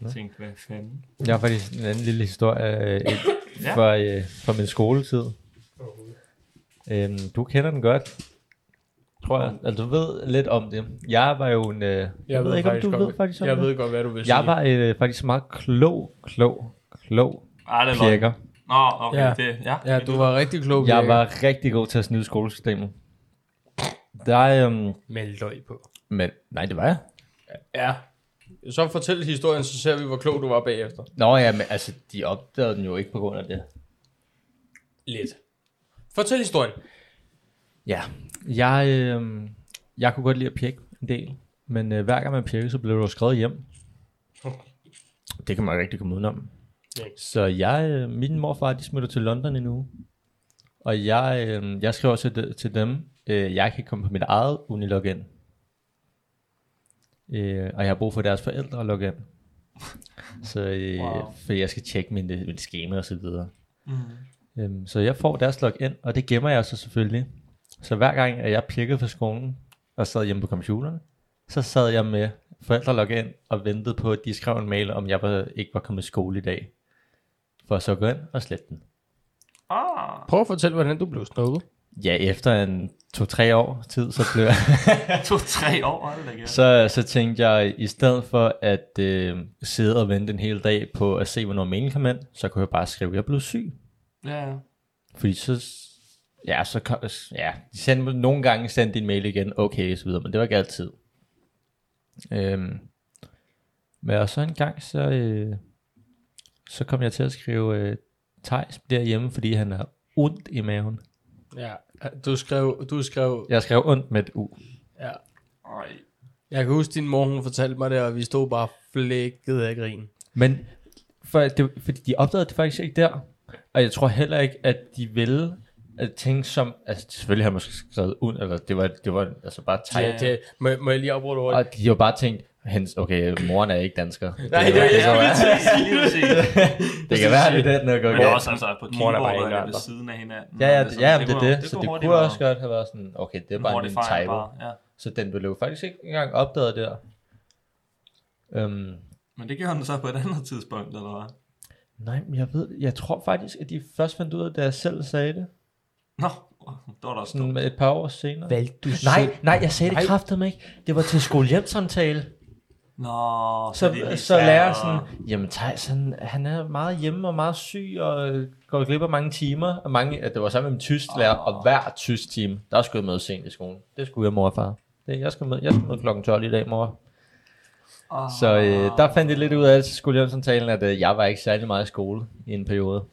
jeg tænkte, hvad fanden? Jeg har faktisk en anden lille historie øh, et, Ja. fra, øh, fra min skoletid. Øhm, du kender den godt, tror jeg. Altså, du ved lidt om det. Jeg var jo en... Øh, jeg, jeg ved, ikke, om faktisk du godt, ved faktisk om Jeg det. ved godt, hvad du vil sige. Jeg var øh, faktisk meget klog, klog, klog Ej, det er løgn. pjekker. Nå, okay, Ja. ja. det, ja. Ja, du var rigtig klog. Jeg Birger. var rigtig god til at snyde skolesystemet. Der er... Øhm, Med løg på. men, nej, det var jeg. Ja. Så fortæl historien, så ser vi, hvor klog du var bagefter. Nå ja, men altså, de opdagede den jo ikke på grund af det. Lidt. Fortæl historien. Ja, jeg, øh, jeg kunne godt lide at pjekke en del, men øh, hver gang man pjekkede, så blev du skrevet hjem. Det kan man rigtig komme udenom. Ja. Så jeg, øh, min morfar, de smutter til London endnu. Og jeg, øh, jeg skrev også til, til dem, øh, jeg kan komme på mit eget unilogin. Øh, og jeg har brug for deres forældre at logge ind. Så øh, wow. for jeg skal tjekke min, øh, min schema og så videre. Mm. Øhm, så jeg får deres login, og det gemmer jeg så selvfølgelig. Så hver gang, at jeg pjekkede fra skolen og sad hjemme på computeren, så sad jeg med forældre logge ind og ventede på, at de skrev en mail, om jeg var, ikke var kommet i skole i dag. For at så gå ind og slette den. Ah, Prøv at fortælle, hvordan du blev snuppet. Ja, efter en to-tre år tid, så blev jeg to-tre år, hold da kæft. Så, så tænkte jeg, i stedet for at øh, sidde og vente en hel dag på at se, hvornår mailen kom ind, så kunne jeg bare skrive, at jeg blev syg. Ja, ja. Fordi så, ja, så kom, ja, de sendte, mig- nogle gange sendte de en mail igen, okay, så videre, men det var ikke altid. Øhm, men og så en gang, så, øh, så kom jeg til at skrive, øh, Thijs bliver hjemme, fordi han har ondt i maven. Ja. Du skrev, du skrev, Jeg skrev ondt med et U. ja. Ej. Jeg kan huske, din mor, hun fortalte mig det, og vi stod bare flækket af grin. Men for, det, fordi de opdagede det faktisk ikke der. Og jeg tror heller ikke, at de ville at tænke som... Altså selvfølgelig har man måske skrevet ud, eller det var, det var altså bare tegn. Ja, det, må, må jeg lige opråde ordet? Og de har jo bare tænkt, hens, okay, moren er ikke dansker. Nej, det, Nej, det kan- er det, jeg kan, være, Lige præcis. det kan være, det er den, der går Men det er også galt. altså på Mor, der bare keyboardet ikke er det andre. ved siden af hinanden. Ja, ja, sådan, ja, det, det, kunne- det, det, så det hurtigt kunne være også godt have været sådan, okay, det er en bare hurtig en fejl typo. bare, Ja. Så den blev jo faktisk ikke engang opdaget der. Øhm, Men det gjorde han så på et andet tidspunkt, eller hvad? nej, men jeg ved, jeg tror faktisk, at de først fandt ud af, da jeg selv sagde det. Nå, det var da også Sådan med et par år senere. Valgte du Nej, nej, jeg sagde Nej. det kraftedeme ikke. Det var til skolehjemsamtale. Nå, det er Så, lige så lærer færre. sådan, jamen Thijs, han, han er meget hjemme og meget syg og øh, går glip af mange timer. Og mange, at det var sammen med min tysk lærer, og hver tysk time, der skulle jeg møde sent i skolen. Det skulle jeg, mor og far. Det, jeg skal møde, jeg skal møde klokken 12 i dag, mor. Ah. Så øh, der fandt jeg lidt ud af til skolehjemsamtalen, at øh, jeg var ikke særlig meget i skole i en periode.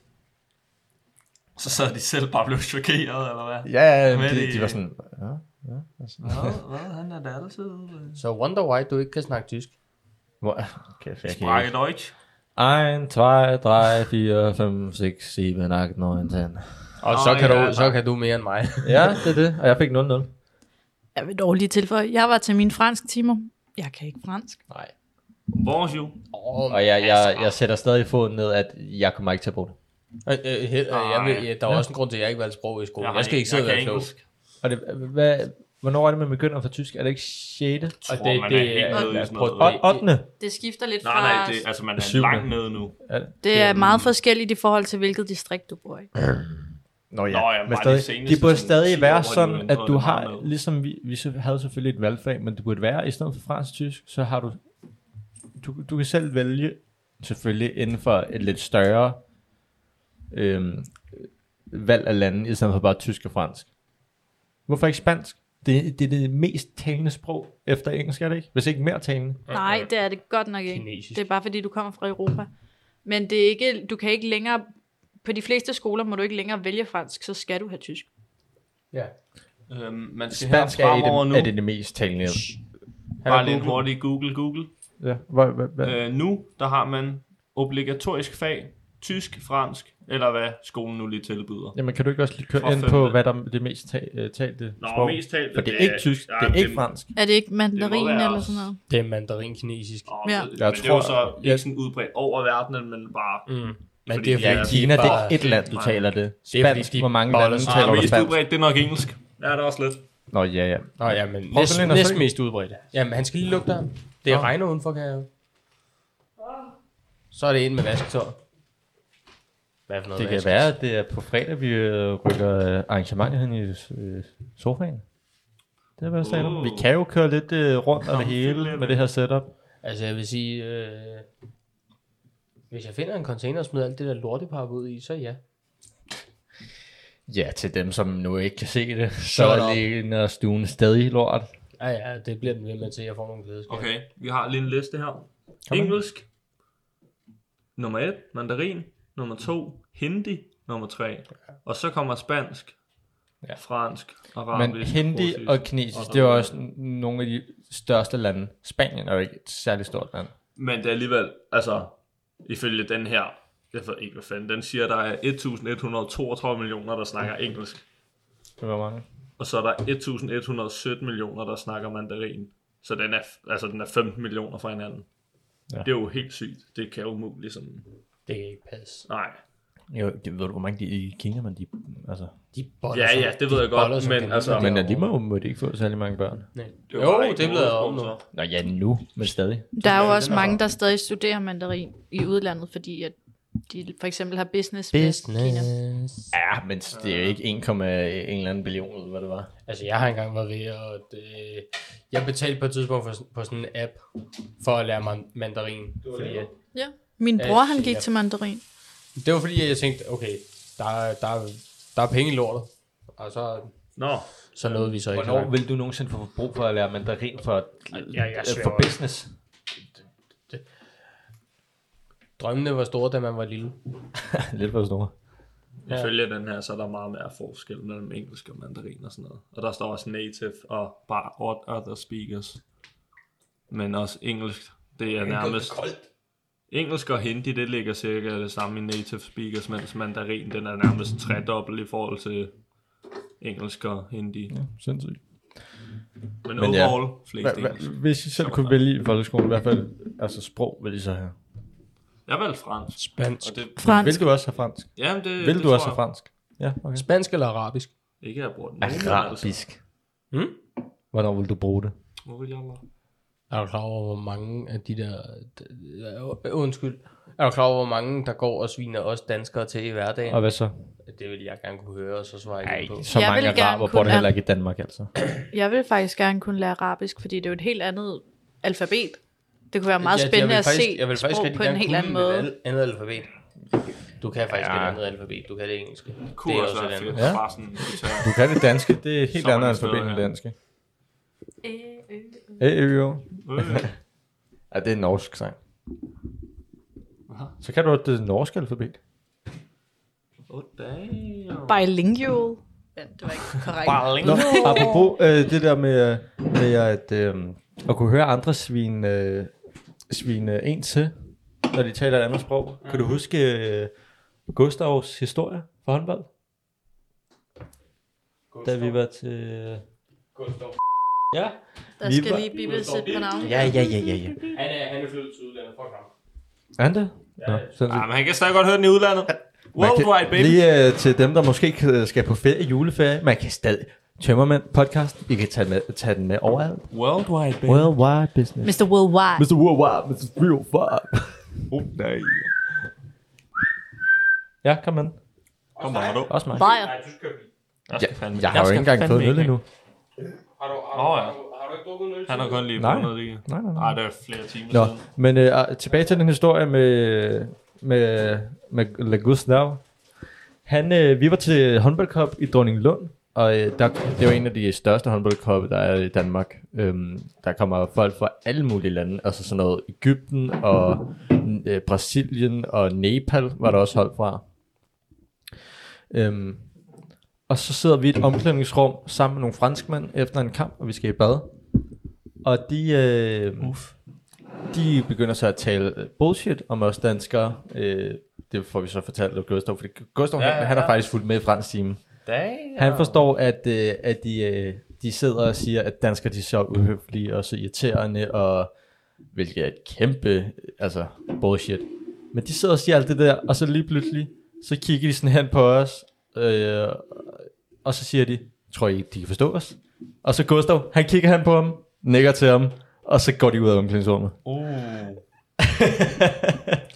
Så sad de selv bare blev chokeret, eller hvad? Ja, Hvad er de, det? de var sådan, ja, Hvad, hvad? Han er da altid... øh, Så wonder why du ikke kan snakke tysk. hvor, kæft, jeg kan ikke. Brakke Deutsch. 1, 2, 3, 4, 5, 6, 7, 8, 9, 10. Og Nå, så, kan ja, du, så tak. kan du mere end mig. Ja, det er det. Og jeg fik 0-0. Jeg vil dog lige tilføje, jeg var til mine franske timer. Jeg kan ikke fransk. Nej. Bonjour. Oh, Og jeg, jeg, jeg sætter stadig foden ned, at jeg kommer ikke til at bruge det. øh, øh, hel- øh, jeg ved, ja, der er også en grund til, at jeg ikke valgte sprog i skole. Jeg, skal ikke sidde og være klog. Og det, hvad, hvornår er det, man begynder for tysk? Er det ikke 6. Og Tror, det, man er det, helt er- nede i ja, sådan prøv- det- noget. 8. Det skifter lidt Nej, fra... nej, det, altså man er Syvende. langt nede nu. det er meget forskelligt i forhold til, hvilket distrikt du bor i. Nå Nå ja, men bare de stadig, seneste det burde sådan stadig 10 år, være hvor de jo sådan, at ændrede du det har, meget ned. ligesom vi, vi så- havde selvfølgelig et valgfag, men det burde være, i stedet for fransk og tysk, så har du, du, du kan selv vælge, selvfølgelig inden for et lidt større øhm, valg af lande, i stedet for bare tysk og fransk. Hvorfor ikke spansk? Det, det er det mest talende sprog efter engelsk, er det ikke? Hvis ikke mere talende. Nej, det er det godt nok ikke. Kinesisk. Det er bare fordi, du kommer fra Europa. Men det er ikke, du kan ikke længere, på de fleste skoler må du ikke længere vælge fransk, så skal du have tysk. Ja. Øhm, man skal Spansk her er, i fremover det, nu. er det, det mest talende. Han er Bare lige en Google. hurtig Google, Google. Ja. Hvad, hvad, hvad? Øh, nu, der har man obligatorisk fag, tysk, fransk, eller hvad skolen nu lige tilbyder. Jamen, kan du ikke også lige køre Fra ind på, femte. hvad der er det mest ta- øh, talte Nå, sprog? mest talt... For det er ikke tysk, det er ikke fransk. Er det ikke mandarin mandarin være eller eller også- sådan sådan noget? noget? Det er mandarin-kinesisk. Ja. Ja. Men Jeg det er jo tror- så ikke jeg- sådan udbredt over verdenen, men bare... Mm. Men Fordi det er de fordi, er Ja, de Kina, det er bare- bare- et land, du Nej. taler det. Det er fordi, Spansk, de hvor mange boller lande sig. taler Ah, du mest spansk? udbredt, det er nok engelsk. Ja, det er også lidt. Nå, ja, ja. Nå ja, men Prøv næst, så lige at næst søge. mest udbredt. Jamen, han skal lige lukke døren. Det Nå. regner udenfor, kan jeg jo. Så er det en med vasketøj. Hvad for noget Det kan vask? være, at det er på fredag, vi øh, rykker øh, arrangementet hen i øh, sofaen. Det er, hvad jeg sagde om. Uh. Vi kan jo køre lidt øh, rundt om det hele lidt. med det her setup. Altså, jeg vil sige, øh, hvis jeg finder en container og smider alt det der lortepap ud i, så ja. Ja, til dem, som nu ikke kan se det, så Shut up. ligger stuen stadig lort. Ja, ja, det bliver den ved med til, at jeg får nogle glædeskaber. Okay, vi har lige en liste her. Kom med. Engelsk. Nummer 1, mandarin. Nummer 2, hindi. Nummer 3. Og så kommer spansk, Ja. fransk, arabisk, Men hindi russisk. og kinesisk, så det er jo videre. også n- nogle af de største lande. Spanien er jo ikke et særligt stort land. Men det er alligevel, altså, ifølge den her, jeg ved ikke, hvad fanden, den siger, der er 1132 millioner, der snakker engelsk, Det var mange. og så er der 1117 millioner, der snakker mandarin. Så den er, altså, den er 15 millioner fra hinanden. Ja. Ja. Det er jo helt sygt. Det kan jo umuligt sådan. Det kan ikke passe. Nej. Jo, det, ved du, hvor mange de i Kina, men de... Altså, De boller Ja, sig. ja, det De ved jeg godt, boller sig men kæmpe altså- men derovre. er de må, må de ikke få særlig mange børn. Nej. var Jo, bare det ikke blev jeg om hovedsprog, nu. så. Nå ja, nu, men stadig. Der er jo Ja, også den er mange, rart. der stadig studerer mandarin i udlandet, fordi at de for eksempel har business, med Kina. Business. Ja, men det er jo ikke 1, en eller anden billion, eller hvad det var. Altså, jeg har engang været ved at... Øh, jeg betalte på et tidspunkt for, på sådan en app, for at lære man, mandarin. Det var, fordi, jeg, Ja. Min Ja, bror, han gik ja. til mandarin. det var fordi, jeg tænkte, okay, der, er- der, er- der er penge i lortet. Og så, Nå, så nåede vi så ikke. Hvornår langt. vil du nogensinde få brug for at lære mandarin for, Ja, jeg svæver. for business? Drømmene var store, da man var lille. Lidt for store. ja. ifølge den her, så er der meget mere forskel mellem engelsk og mandarin og sådan noget. Og der står også native og bare odd other speakers. Men også engelsk, det er nærmest... Engelsk og hindi, det ligger cirka det samme i native speakers, mens mandarin, den er nærmest tredobbelt i forhold til engelsk og hindi. Ja. Sindssygt. Men, Men ja. overall, flest engelsk. Hvis I selv kunne vælge i folkeskolen, i hvert fald, altså sprog, vil I så have? Jeg valgte fransk. Spansk. Og det, Fransk. Vil du også have fransk? jamen det, Vil det du tror også jeg. have fransk? Ja, okay. Spansk eller arabisk? Ikke at jeg bruger den. altså. Hmm? Hvornår vil du bruge det? Er du klar over, hvor mange af de der... øh, Undskyld. Er du klar over, hvor mange, der går og sviner os danskere til i hverdagen? Og hvad så? Det vil jeg gerne kunne høre, og så svarer jeg ikke på. så Jeg mange vil gerne araber bor kunne- der heller ikke i Danmark, altså. Jeg vil faktisk gerne kunne lære arabisk, fordi det er jo et helt andet alfabet. Det kunne være meget Ja, jeg spændende vil at faktisk- se sprog rigtig på en gerne helt kunne anden et måde. al- andet alfabet. Du kan faktisk Ja. et andet alfabet. Du kan det engelske. Kunne det også et være andet. fedt. Ja. Ja. Bare sådan, guitar. Du kan det danske, det er et helt Så mange andet steder, alfabet end det ja. danske. Æ, ø, jo. Øh, Ja, det er en norsk sang. Aha. Så kan du også det norske alfabet. oh, damn. Bilingual. Ja, det var ikke korrekt. Nå, apropos øh, det der med, med at, øh, at kunne høre andre svine, øh, svine en til, når de taler et andet sprog. Mm. Kan du huske øh, Gustavs historie for håndbold? Da vi var til... Ja. Der Vi skal var- lige bible sætte på navnet. Ja, ja, ja, ja, ja. Han er, han er flyttet til udlandet. Fuck ham. Er han det? Nå, sådan Ah, men han kan stadig godt høre den i udlandet. Worldwide, baby. Lige øh, til dem, der måske ikke øh, skal på ferie, juleferie, man kan stadig... Tømmermand podcast, I kan tage, med, tage den med overalt. Worldwide, baby. Worldwide business. Mr. Worldwide. Mr. Worldwide, Mr. Real Vibe. oh, nej. Ja, kom ind. Kom bare, du. Også mig. Bayer. Nej, du skal blive. Ja, jeg har jo ikke engang fået en øl endnu. Har du, har, Nå, ja. du, har du ikke drukket noget? Han har kun lige Nej. fået noget lige. Nej, nej, nej. Ej, det er flere timer Nå, siden. men øh, tilbage til den historie med, med, med Le Gustav. Han, øh, vi var til håndboldcup i Dronninglund Og øh, der, det er jo en af de største håndboldkoppe, der er i Danmark. Øhm, der kommer folk fra alle mulige lande, altså sådan noget Ægypten og øh, Brasilien og Nepal var der også hold fra. Øhm, og så sidder vi i et omklædningsrum sammen med nogle franskmænd efter en kamp, og vi skal i bad. Og de, øh, de begynder så at tale øh, bullshit om os danskere. Øh, det får vi så fortalt af Gustav, fordi Gustav ja, Ja, ja, ja, han, han er ja. faktisk fuldt med i fransk time. Damn. Han forstår, at, øh, at de, øh, de sidder og siger, at danskere de er så uhøflige og så irriterende, og hvilket er et kæmpe øh, altså, bullshit. Men de sidder og siger alt det der, og så lige pludselig, så kigger de sådan hen på os, øh, og så siger de, tror I ikke, de kan forstå os? Og så Gustav, han kigger han på ham, nikker til ham, og så går de ud af omklædningsrummet. Uh.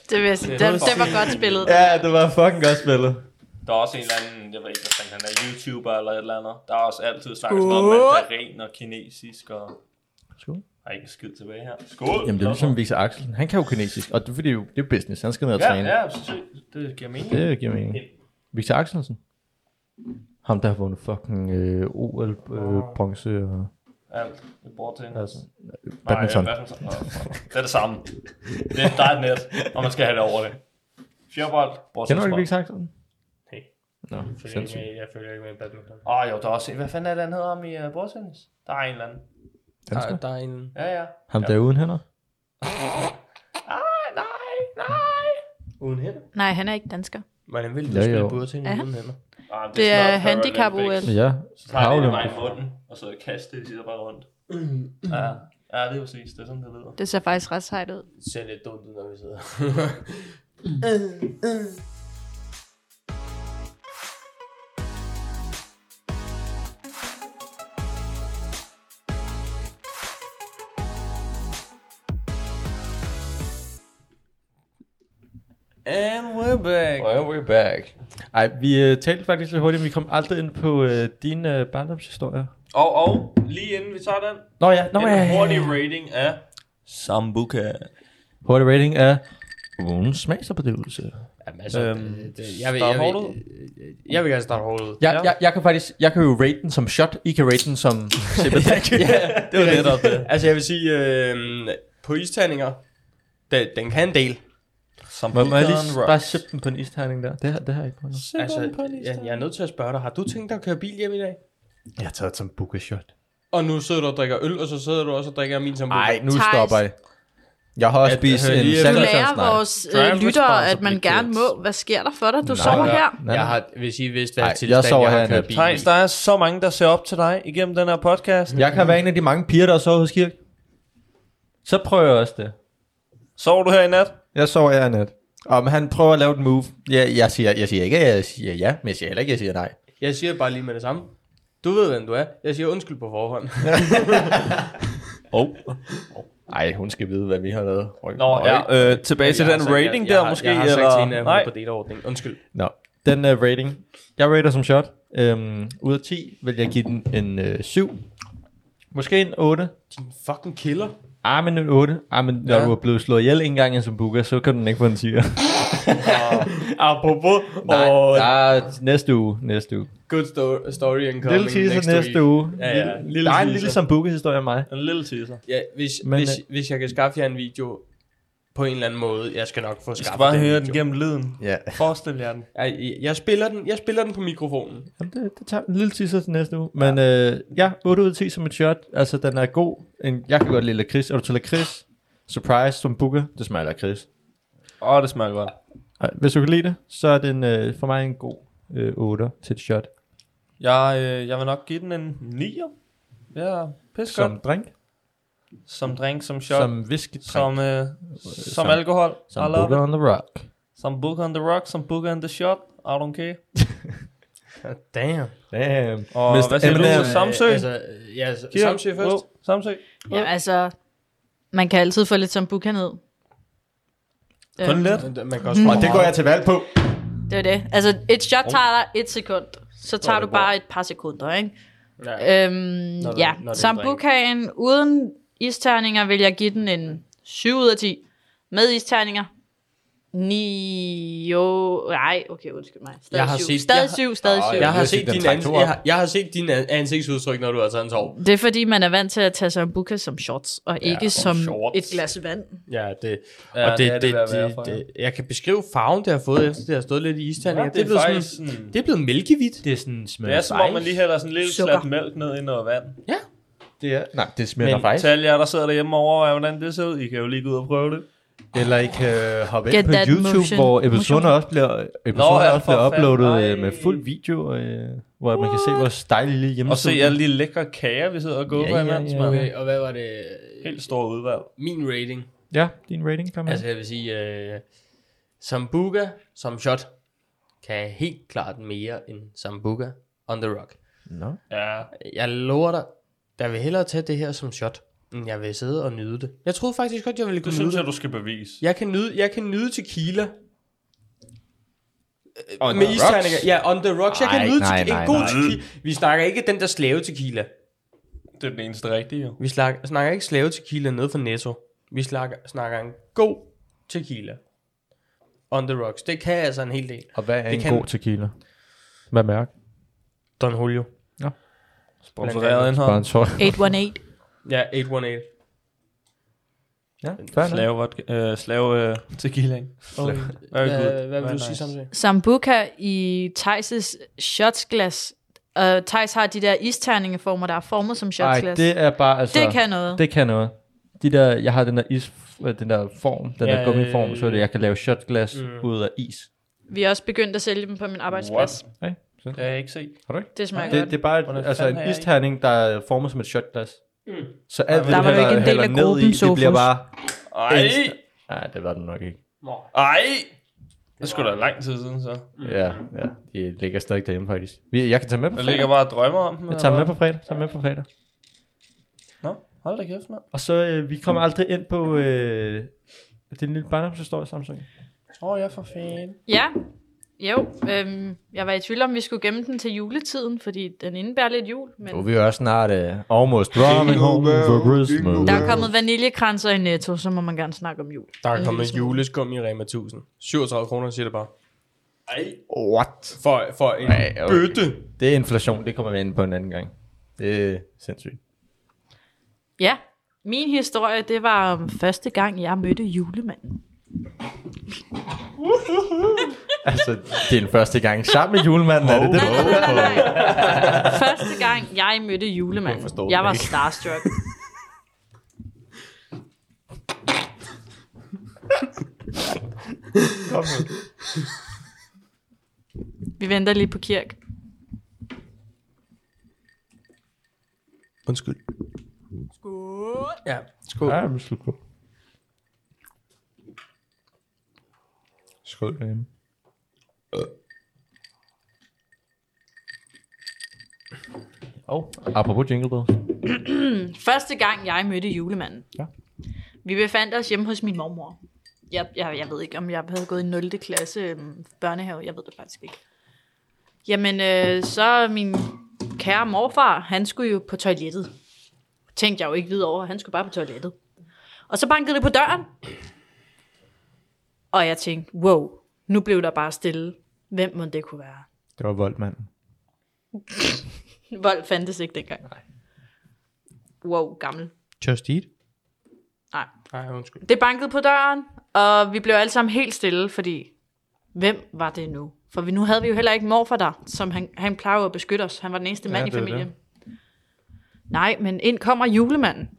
Det, vil jeg sige. Det, det var godt spillet. Ja, det var fucking godt spillet. Der er også en eller anden, jeg ved ikke, om han er YouTuber eller et eller andet. Der er også altid snakket sådan noget om mandarin og kinesisk og... Skål. Har ikke en skid tilbage her. Skål! Jamen det er ligesom Victor Axel, han kan jo kinesisk, og det er fordi, det er jo business, han skal ned og Ja, træne. ja, sy- det giver mening. Det giver mening. Victor Axelsen. Ham, der har vundet fucking øh, OL, øh, bronze og Alt. Vi bruger til altså, Nej, badminton. øh, badminton. Nå, Det er det samme. Det er, der er et net, og man skal have det over det. Fjerdbold, Kender du bordtidsbold. ikke Victor Axelsen? Nej. Nå, Jeg følger, ikke sindssygt. med, jeg følger ikke med i badminton. Åh oh, jo, der er også... Hvad fanden er det, han hedder om i uh, bordtennis? Der er en eller anden. Der, Dansker? der er en... øh, Ja, ja. Ham der uden hænder? Nej, nej, nej. Uden hænder? Nej, han er ikke dansker. Hvordan vil du Ja, spille jo. bordtennis Ja. uden hænder? Ah, Det sådan er noget handicap-OL. Paralympics. Ja, Så tager jeg lige mig Havlund. i munden, og så kaster det, de bare rundt. Ja, ja, det er præcis. Det er sådan, det lyder. Det ser faktisk ret sejt ud. Det ser lidt dumt ud, når vi sidder. And we're back. Well, we're back. Ej, vi øh, talte faktisk lidt hurtigt, men vi kom aldrig ind på øh, dine øh, barndomshistorier. Og, Øhm, og lige inden vi tager den, Nå ja, nå en ja. hurtig rating af Sambuca. Hurtig rating af ugens smagsoplevelse. Jamen altså, Øhm, det, det, jeg, vil, start jeg, hårdt vil, jeg vil gerne starte hårdt ud. Jeg, jeg, jeg kan faktisk, jeg kan jo rate den som shot, I kan rate den som ja, det var netop det. Altså, jeg vil sige, øh, på isterninger, den, den kan en del. Må, må Sambuca jeg lige and bare rocks. sippe den på en isterning der? Det, har- det har jeg ikke prøvet. Altså, jeg, jeg er nødt til at spørge dig, har du tænkt dig at køre bil hjem i dag? Jeg har taget som bukkeshot. Og nu sidder du og drikker øl, og så sidder du også og drikker min sambuca. Nej, nu Thijs. stopper jeg. Jeg har også At- spist hør en lige Du Ellers salsa lærer altså snart. vores Drive øh, lyttere, at man responsibly, gerne kids. må. Hvad sker der for dig? Du Nej. sover her. Nej, Jeg har, hvis I vidste, Nej, hvad jeg tilstand jeg, sover jeg har herinde. kørt bil. Thijs, der er så mange, der ser op til dig igennem den her podcast. jeg kan være en af de mange piger, der sover hos Kirk. Så prøver jeg også det. Sover du her i nat? Jeg sover her i nat. Om han prøver at lave et move. Ja, jeg, siger, jeg siger ikke, at jeg siger ja, men jeg siger heller ikke, at jeg siger nej. Jeg siger bare lige med det samme. Du ved, hvem du er. Jeg siger undskyld på forhånd. Oh. Ej, hun skal vide, hvad vi har lavet. Røg. Nå, ja, øh, tilbage til Jeg har den sagt- rating jeg, der jeg, måske, Jeg har, jeg har eller? sagt til hende, at hun Nej. er på delordning. Undskyld. Nå, den uh, rating. Jeg rater som shot. Øhm, ud af 10 vil jeg give den en øh, 7. Måske en 8. Din fucking killer. Ah, men en 8. Ah, men når Ja. du er blevet slået ihjel en gang i en Sambuca, så kan den ikke få en 10'er. Apropos. Nej, og der, næste uge, næste uge. good sto- story and coming Lille teaser next næste week. uge. Ja, ja. Lille, Lille der er en teaser. lille Sambuca-historie af mig. En lille teaser. Ja, hvis, Men, Men, hvis, øh, hvis jeg kan skaffe jer en video på en eller anden måde, jeg skal nok få Jeg skal skaffet bare den høre den video. gennem lyden. Ja. Forestil jer den. Ej, Jeg, jeg, spiller den, jeg spiller den på mikrofonen. Jamen, det, det tager en lille teaser til næste uge. Men ja, øh, ja 8 ud af 10 som et shot. Altså, den er god. En, jeg kan godt lide lakrids. Er du til lakrids? Surprise, Sambuca. Det smager af lakrids. Åh, oh, det smager godt. Ej, Hvis du kan lide det, så er den øh, for mig en god øh, 8 til et shot. Jeg, øh, jeg vil nok give den en 9'er. Ja, pis godt. Som drink. Som drink, som shot, Shot. som, Som whisky. som, øh, som som- alkohol. I som love booger it. on the rock. Som book on the rock, som book on the shot. I don't care. Damn. Damn. Og Mr. hvad siger Eminem. du? Samsø? Altså, øh, ja, altså, Samsø først. Wow, Samsø. Ja, altså, man kan altid få lidt som buka ned. Kun Øhm, lidt. Man kan også mm. Og det går jeg til valg på. Det er det. Altså, et shot tager dig et sekund. Så tager du bare et par sekunder, ikke? Ja, øhm, Når det- ja. når det er Sambucaen uden isterninger vil jeg give den en 7 ud af 10. Med isterninger Ni... Jo... Nej, okay, undskyld mig. Stadig Jeg har syv. set- stadig jeg har- syv, stadig Ej, syv. Jeg har, vil set sige, den din trak ans- to op. jeg, har, jeg har set din an- ansigtsudtryk, når du har taget en sov. Det er fordi, man er vant til at tage sig en buka som shorts, og ikke ja, som shorts. et glas vand. Ja, det, og Ja, det, det er det, det det, ved at være det, for, ja. det, jeg kan beskrive farven, det har fået, efter det har stået lidt i isterninger. Ja, det, er blevet sådan, faktisk sådan- det er blevet mælkehvidt. Det er sådan smør. Det er som om, man lige hælder sådan en lille Sukker. slat mælk ned i noget vand. Det er, nej, det smager Men faktisk. til alle jer, der sidder derhjemme og overvejer, hvordan det ser ud, I kan jo lige gå ud og prøve det. Eller I kan hoppe Get ind på that YouTube, motion. motion. hvor episoderne også bliver, episoderne ja, også bliver for fanden. uploadet øh, Ej. med fuld video, øh, hvor man kan se vores dejlige lille Og se hjemmeside. alle de lækre kager, vi sidder og går Ja, på ja, imens, ja, mand. ja. Og hvad var det? Helt stor udvalg. Min rating. Ja, din rating kommer. Altså, jeg vil sige, øh, Sambuca som shot kan helt klart mere end Sambuca on the rock. Nå. Ja, Jeg lover dig, der vil hellere tage det her som shot, end jeg vil sidde og nyde det. Jeg troede faktisk godt, jeg ville det kunne nyde synes det. jeg, du skal bevise. Jeg kan nyde, jeg kan nyde tequila Og med isterninger. Ja, on the rocks. jeg Ej, kan nyde nej, te- nej, en god nej. tequila. Vi snakker ikke den der slave tequila. Det er den eneste rigtige, jo. Vi snakker, snakker ikke slave tequila nede fra Netto. Vi snakker, snakker en god tequila. On the rocks. Det kan altså en hel del. Og hvad er Det en kan- god tequila? Hvad mærke? Don Julio. Sponsoreret indhold. Sponsor. 818. Ja, 818. Ja, fair nok. Slave, vodka, øh, slave øh, tequila, ikke? Og, Slave. hvad, Very good. hvad vil Very du sige nice. samtidig? Sambuca i Thijs' shotsglas. Og Thijs har de der isterningeformer, der er formet som Ej, shotsglas. det er bare, altså... det kan noget. Det kan noget. De der, jeg har den der is, øh, den der form, den Ja, der gummiform, så det, jeg kan lave shotglas Mm. mm. ud af is. Vi er også begyndt at sælge dem på min arbejdsplads. What? Hey, så. Det har jeg ikke set. Har du ikke? Det smager Det, godt. det er bare Hvordan et, altså fanden en har jeg ikke- isterning, der er formet som et shotglas. Mm. Så alt, hvad Der du var jo ikke hælder, en del af hælder ned gruppen, i, det bliver Sofus. bare... Ej! Nej, det var den nok ikke. Ej! Det skulle da lang tid siden, så. Ja, ja. De ligger stadig derhjemme, faktisk. Vi- Jeg kan tage med på Jeg fredag. ligger bare og drømmer om dem. Jeg tager med eller på fredag. Tager med på fredag. hvad? Nå, hold da kæft, mand. Og så, øh, vi kommer aldrig ind på øh, din lille barndomshistorie, Samsung. Åh, oh, jeg for fanden. Ja, jo. Øhm, jeg var i tvivl om, vi skulle gemme den til juletiden, fordi den indebærer lidt jul. Men vi er også snart øh, almost coming home for Christmas. der er kommet vaniljekranser i Netto, så må man gerne snakke om jul. Der er En lille kommet smule. juleskum i Rema 1000. 37 kroner, siger det bare. Ej! What? For, for en Ej, okay. bøtte. Det er inflation, det kommer vi ind på en anden gang. Det er sindssygt. Ja, min historie, det var om første gang, jeg mødte julemanden. Altså, det er den første gang sammen med julemanden, er det det? Nej, nej, nej, nej. Første gang, jeg mødte Jeg julemanden, forstår jeg den var ikke. starstruck. Vi venter lige på Kirk. Undskyld. Skål. Ja, skål. Ja. men slut på. Skål derhjemme. Og apropos Jingle Bells. Første gang, jeg mødte julemanden. Ja. Vi befandt os hjemme hos min mormor. Jeg, jeg, jeg ved ikke, om jeg havde gået i 0. klasse øhm, børnehave. Jeg ved det faktisk ikke. Jamen, øh, så min kære morfar, han skulle jo på toilettet. Tænkte jeg jo ikke videre over. Han skulle bare på toilettet. Og så bankede det på døren. Og jeg tænkte, wow, nu blev der bare stille. Hvem må det kunne være? Det var voldmanden. Vold fandtes ikke dengang. Nej. Wow, gammel. Just eat. Nej. Nej, undskyld. Det bankede på døren, og vi blev alle sammen helt stille, fordi hvem var det nu? For vi, nu havde vi jo heller ikke morfar der, som han, han plejer jo at beskytte os. Han var den eneste mand Ja, i det er det. familien. Nej, men ind kommer julemanden.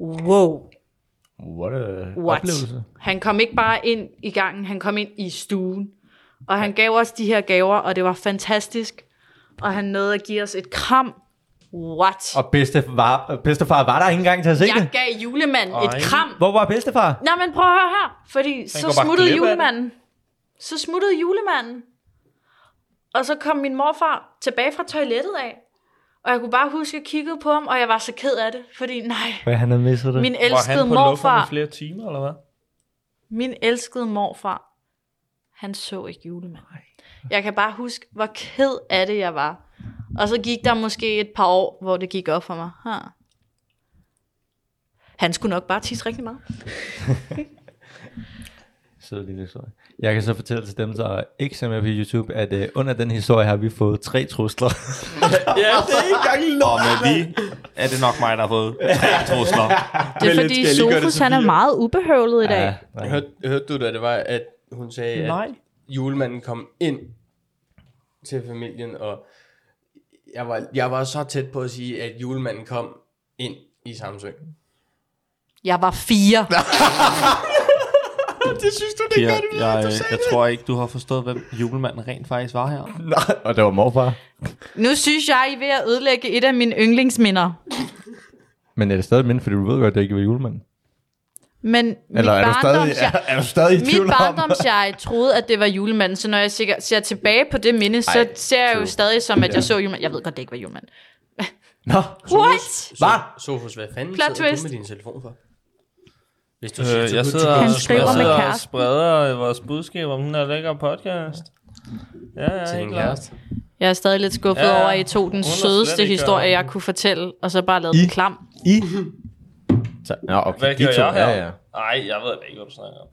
Wow, What a what? oplevelse. Han kom ikke bare ind i gangen, han kom ind i stuen. Og han gav os de her gaver, og det var fantastisk. Og han nåede at give os et kram. What? Og bedstefar, bedstefar var der ikke engang til at se Jeg det? gav julemanden Ej. et kram. Hvor var bedstefar? Nej, men prøv at høre her, fordi går så bare glip af smuttede det. julemanden. Så smuttede julemanden. Og så kom min morfar tilbage fra toilettet af. Og jeg kunne bare huske, at jeg kiggede på ham, og jeg var så ked af det. Fordi nej, Hvad, han havde misset det? min Var han elskede på lufthavn i morfar, flere timer, eller hvad? min elskede morfar, han så ikke julemanden. Jeg kan bare huske, hvor ked af det jeg var. Og så gik der måske et par år, hvor det gik op for mig. Huh. Han skulle nok bare tisse rigtig meget. Sød lille historie. Jeg kan så fortælle til dem, der ikke ser med på YouTube, at øh, under den historie har vi fået tre trusler. Ja, det er ikke engang lov. Og med vi, er det nok mig, der har fået tre trusler. Men Det er lidt fordi skal jeg lige gøre det Sofus, til han er fire. meget ubehøvlet i dag. ja, nej. Hørte, hørte du da det var, at hun sagde, at julemanden kom ind til familien, og jeg var, jeg var så tæt på at sige, at julemanden kom ind i Samsø. Jeg var fire. Det synes du, Jeg, jeg, jeg tror ikke, du har forstået, hvem julemanden rent faktisk var her. Og det var morfar. Nu synes jeg, I er ved at ødelægge et af mine yndlingsminder. Men er det stadig mindre, fordi du ved godt, at det ikke var julemanden? Men mit Eller er du stadig, barndoms- er, er du stadig i tvivl Mit om? barndoms, jeg troede, at det var julemanden, så når jeg ser, ser tilbage på det minde, så ser jeg jo stadig som, at jeg så julemanden. Jeg ved godt, det ikke var julemanden. Nå, What? Hvad? Sofus, hvad fanden Plot Plot sidder twist. twist. du med din telefon for? Hvis du siger, Øh, så jeg kunne du- sidder, Han jeg skriver med sidder og kæresten. spreder vores budskab om den her lækre podcast. Ja, ja, til helt din klart. kæreste. Jeg er stadig lidt skuffet Ja, over, at I tog den hun er slet sødeste ikke historie, her. jeg kunne fortælle, og så bare lavede den klam. I? Så, nå, okay, Hvad de gør to, jeg her? ja, ja. Nej, jeg ved da ikke, hvad du snakker om.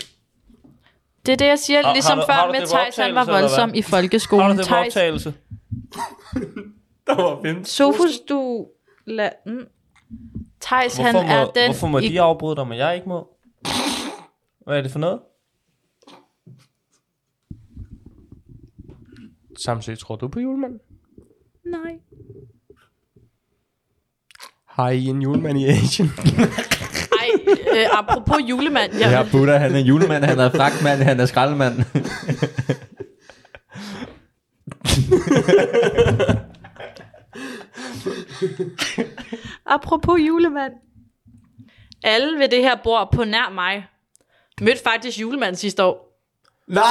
Det er det, jeg siger, Har- ligesom har du- før har du med det på Thijs, han var optagelse, eller hvad? voldsom i Har du folkeskolen. det på Thijs, optagelse? Sofus, du... La... Mm. Thijs, han Hvorfor er må, den... hvorfor må i- de afbryde dig, men jeg ikke må? Hvad er det for noget? Samsø, tror du på julemanden? Nej. Har I en julemand i Asien? Ej, øh, apropos julemand. Jeg, Ja, Buddha, han er julemand, han er fragtmand, han er skraldemand. Apropos julemand. Alle ved det her bord på nær mig mødte faktisk julemanden sidste år. Nej,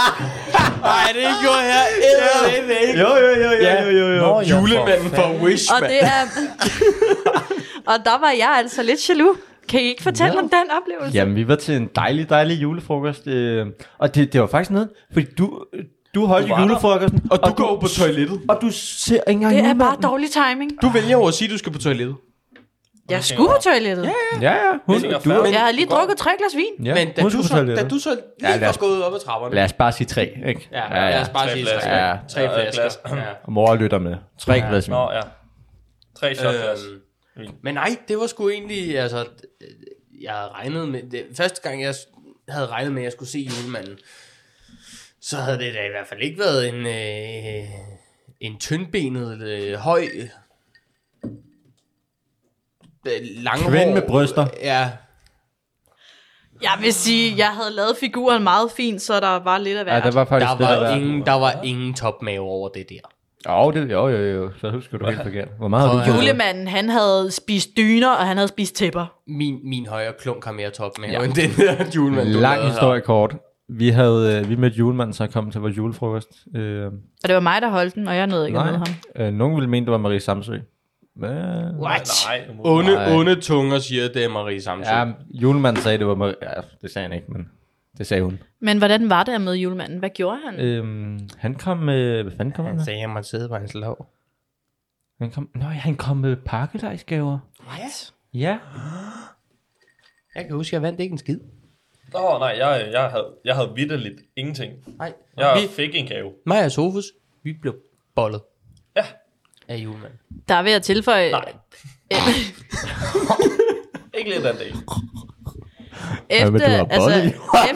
det er ikke gjort her. Eller det ikke. Jo, jo, jo, jo, jo, jo, jo. Nå, ja, for Julemanden for Wish, Og det er... og der var jeg altså lidt jaloux. Kan I ikke fortælle om den oplevelse? Jamen, vi var til en dejlig, dejlig julefrokost. Øh, og det, det var faktisk noget, fordi du, du holdt Du var der. julefrokosten. Og du går på toilettet. Og du ser ikke engang Det er bare julemanden. dårlig timing. Du vælger over at sige, at du skal på toilettet. Jeg skulle på toilettet. Ja, ja. Hun, Det er du, fair. Jeg havde lige drukket tre glas vin. ja, Men da hun du, skulle så, på toilettet. da du så lige Ja, ja, lad os- var gået op ad trapperne. Lad os bare sige tre, ikke? Ja, ja, lad os bare Tre sige flasker. tre, Ja. Mm. tre Ja, flasker. glas. Ja. Og Mor lytter med. Tre ja. glas vin. Nå, ja. Tre shots. Øh, Øhm, men nej, det var sgu egentlig, altså, øh, jeg havde regnet med, det, første gang jeg s- havde regnet med, at jeg skulle se julemanden, så havde det da i hvert fald ikke været en, øh, en tyndbenet, øh, høj, øh, langhåret. Kvinde med bryster. Ja, Jeg vil sige, jeg havde lavet figuren meget fint, så der var lidt af Ja, hvert. der var faktisk der var, det, ingen, der var ingen topmave over det der. der var. Jo, det, jo, jo, jo. Så husker du helt forkert. Hvor meget har du Prøv at- gjort? Julemanden, han havde spist dyner, og han havde spist tæpper. Min, min højre klunk har mere topmave, ja. end den der julemand, du Lang lavede her. historie kort. Vi, havde, øh, vi mødte julemanden, så kom til vores julefrokost. Øh, Og det var mig, der holdt den, og jeg nåede ikke at nej, møde ham. øh, nogen ville mene, det var Marie Samsø. Men, What? nej, du må- Onde, Nej. onde tunger siger, at det er Marie Samsø. ja, julemanden sagde, det var Marie. Ja, det sagde han ikke, men det sagde hun. Men hvordan var det at møde julemanden? Hvad gjorde han? Øh, han kom med... Hvad fanden kom han Han med? sagde, at jeg måtte sidde på hans lov. Han kom, nøj, han kom med pakkelejsgaver. What? Ja. Jeg kan huske, jeg vandt ikke en skid. Nå, nej, jeg, jeg, havde, jeg havde vidderligt ingenting. Nej. Jeg Vi, fik en gave. mig og Sofus, vi blev bollet Ja. af julemanden. Der vil jeg tilføje, Nej. Ikke lidt af det. Hvad med, du efter, altså, har bollet i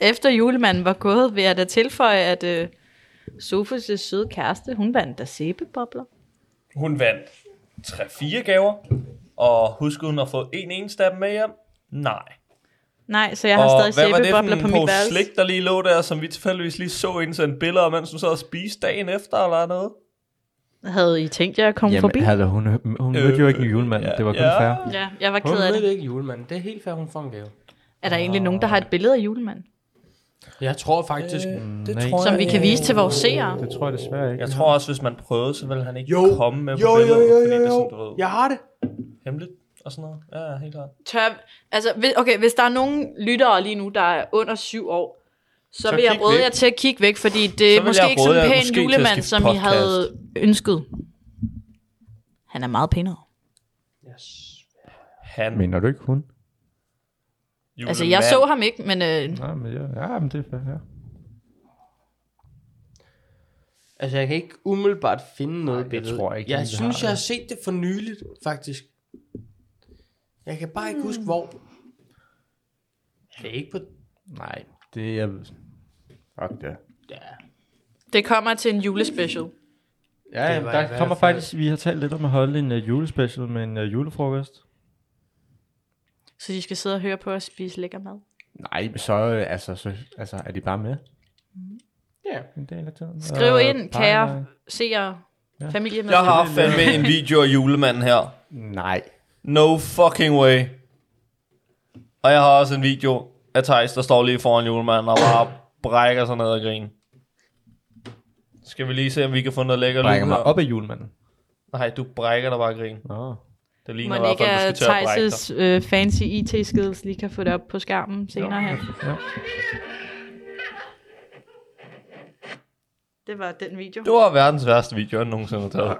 efter, efter julemanden var gået, vil jeg da tilføje, at øh, Sofus' søde kæreste, hun vandt da sæbebobler. Hun vandt 3-4 gaver, og huskede hun at få en eneste af dem med hjem? Nej. Nej, så jeg har stadig sæbebobler på mit pose værelse. slik, der lige lå der, som vi tilfældigvis lige så indsendte billeder, mens hun sad og spiste dagen efter eller noget? Havde I tænkt jer at komme forbi? Jamen, hallo, hun, hun mødte jo ikke julemanden. Det var kun ja. fair. Ja, jeg var Hun ked af ved det. ikke julemanden. Det er helt fair, hun får en gave. Er der egentlig nogen, der har et billede af julemanden, Jeg tror faktisk... Øh, Det tror som vi kan vise til vores seere? Det tror jeg desværre ikke. Jeg tror også, hvis man prøvede, så ville han ikke jo. komme med på billedet, fordi det er sådan, du ved, ja. Jeg har det. hemmeligt og sådan noget. Ja, Ja, helt klart. Tør, altså, hvis- okay, hvis der er nogen lyttere lige nu, der er under syv år, så, Så vil jeg kig råde væk. jer til at kigge væk, fordi vil det er jeg måske ikke råde sådan jer en måske til pæn at julemand, skifte som I podcast. havde ønsket. Han er meget pænere. Han Mener du ikke hun? Julemand. Altså, jeg så ham ikke, men øh, Nej, men ja, ja men det er fair, ja. Altså, jeg kan ikke umiddelbart finde noget jeg billede. tror ikke, jeg vi synes, har jeg har det. set det for nyligt, faktisk. Jeg kan bare ikke huske, hvor. Er det ikke på... Nej, det er... Fuck det. Ja. det kommer til en julespecial. Ja, Det jamen, var i der hvert kommer fald- faktisk, vi har talt lidt om at holde en uh, julespecial med en uh, julefrokost. Så de skal sidde og høre på og spise lækker mad. Nej, men så, øh, altså, så altså, er de bare med. Ja. En del af tiden. Skriv Øh, Og ind, peger- kære seere, Ja. familie med. Jeg har fandme en video af julemanden her. Nej. No fucking way. Og jeg har også en video af Thijs, der står lige foran julemanden og bare brækker sig ned og griner. Skal vi lige se, om vi kan få noget lækker Brækker lyd mig her? op af julemanden. Nej, du brækker dig bare og griner. Nå. Det ligner i hvert fald, Monika du skal til at brække dig. Theis' øh, fancy IT-skills lige kan få det op på skærmen senere her. Ja. Det var den video. Det var verdens værste video, jeg nogensinde har taget.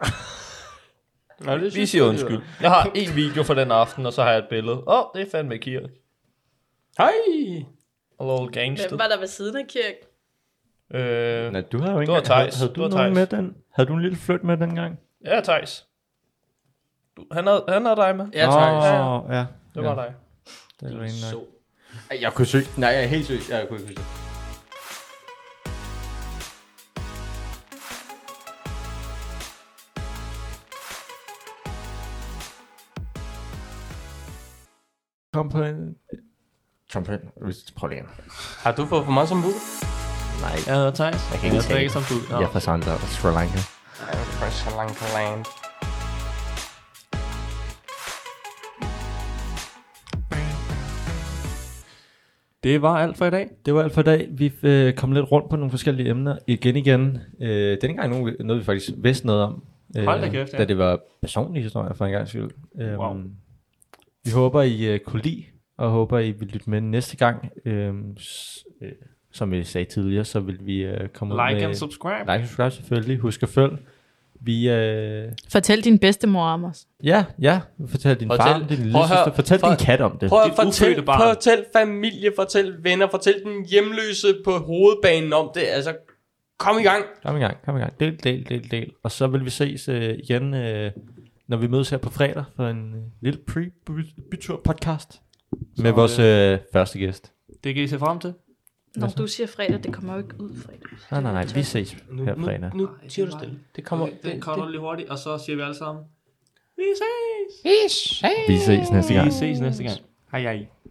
Nå, det Vi siger undskyld. Jeg har en video fra den aften, og så har jeg et billede. Åh, oh, det er fandme Kirk. Hej! A little gangster. Hvem var der ved siden af Kirk? Øh, Nej, du havde jo ikke var engang- havde, Theis. havde, Det du var nogen med Theis. den? Havde du en lille flyt med dengang? ja, Thijs. Du, han, havde, han havde dig med. Ja, tak. Ja, Åh, ja. Det var ja, dig. Det er jo en øh, nok. Så. Ej, Jeg kunne søge. Nej, jeg er helt søgt. Jeg kunne ikke søge. Kom på en... Kom på en. Prøv lige igen. Har du fået for meget som bud? Nej, Jeg hedder Thijs. Jeg kan ikke jeg tale. drikker som du. Nå. jeg er fra Sandra og Sri Lanka. I'm fra Sri Lanka land. Det var alt for i dag. Det var alt for i dag. Vi øh, kom lidt rundt på nogle forskellige emner igen igen. Øh, denne gang nogen, noget, vi faktisk vidste noget om. Øh, Hold da kæft, ja. Da det var personlige historier for en gang skyld. Øh, Wow. Vi håber, I øh, kunne lide, og håber, I vil lytte med næste gang. Øh, s- øh, som vi sagde tidligere, så vil vi øh, komme ud Like med... and subscribe. like and subscribe selvfølgelig. Husk at følge. Vi, øh, Fortæl din bedstemor om os. ja, ja. Fortæl din Fortæl- far om det, din Prøv lille at søster. høre- Fortæl for- din kat om det. Prøv at Dit fortæl, ufødte barn. fortæl familie, fortæl venner, fortæl den hjemløse på hovedbanen om det. Altså, kom i gang. Kom i gang, kom i gang. Del, del, del, del. Og så vil vi ses øh, igen, øh, når vi mødes her på fredag for en øh, lille pre-bytur-podcast. Med Så, vores øh, første gæst. Det kan I se frem til. Når Hvad så? du siger fredag, det kommer jo ikke ud fredag. Nej, nej, nej. Vi ses her fredag. nu siger du stille. Det kommer... det- det- lige hurtigt, og så siger vi alle sammen. Vi ses! Vi ses næste gang. ses næste gang. Hej hej.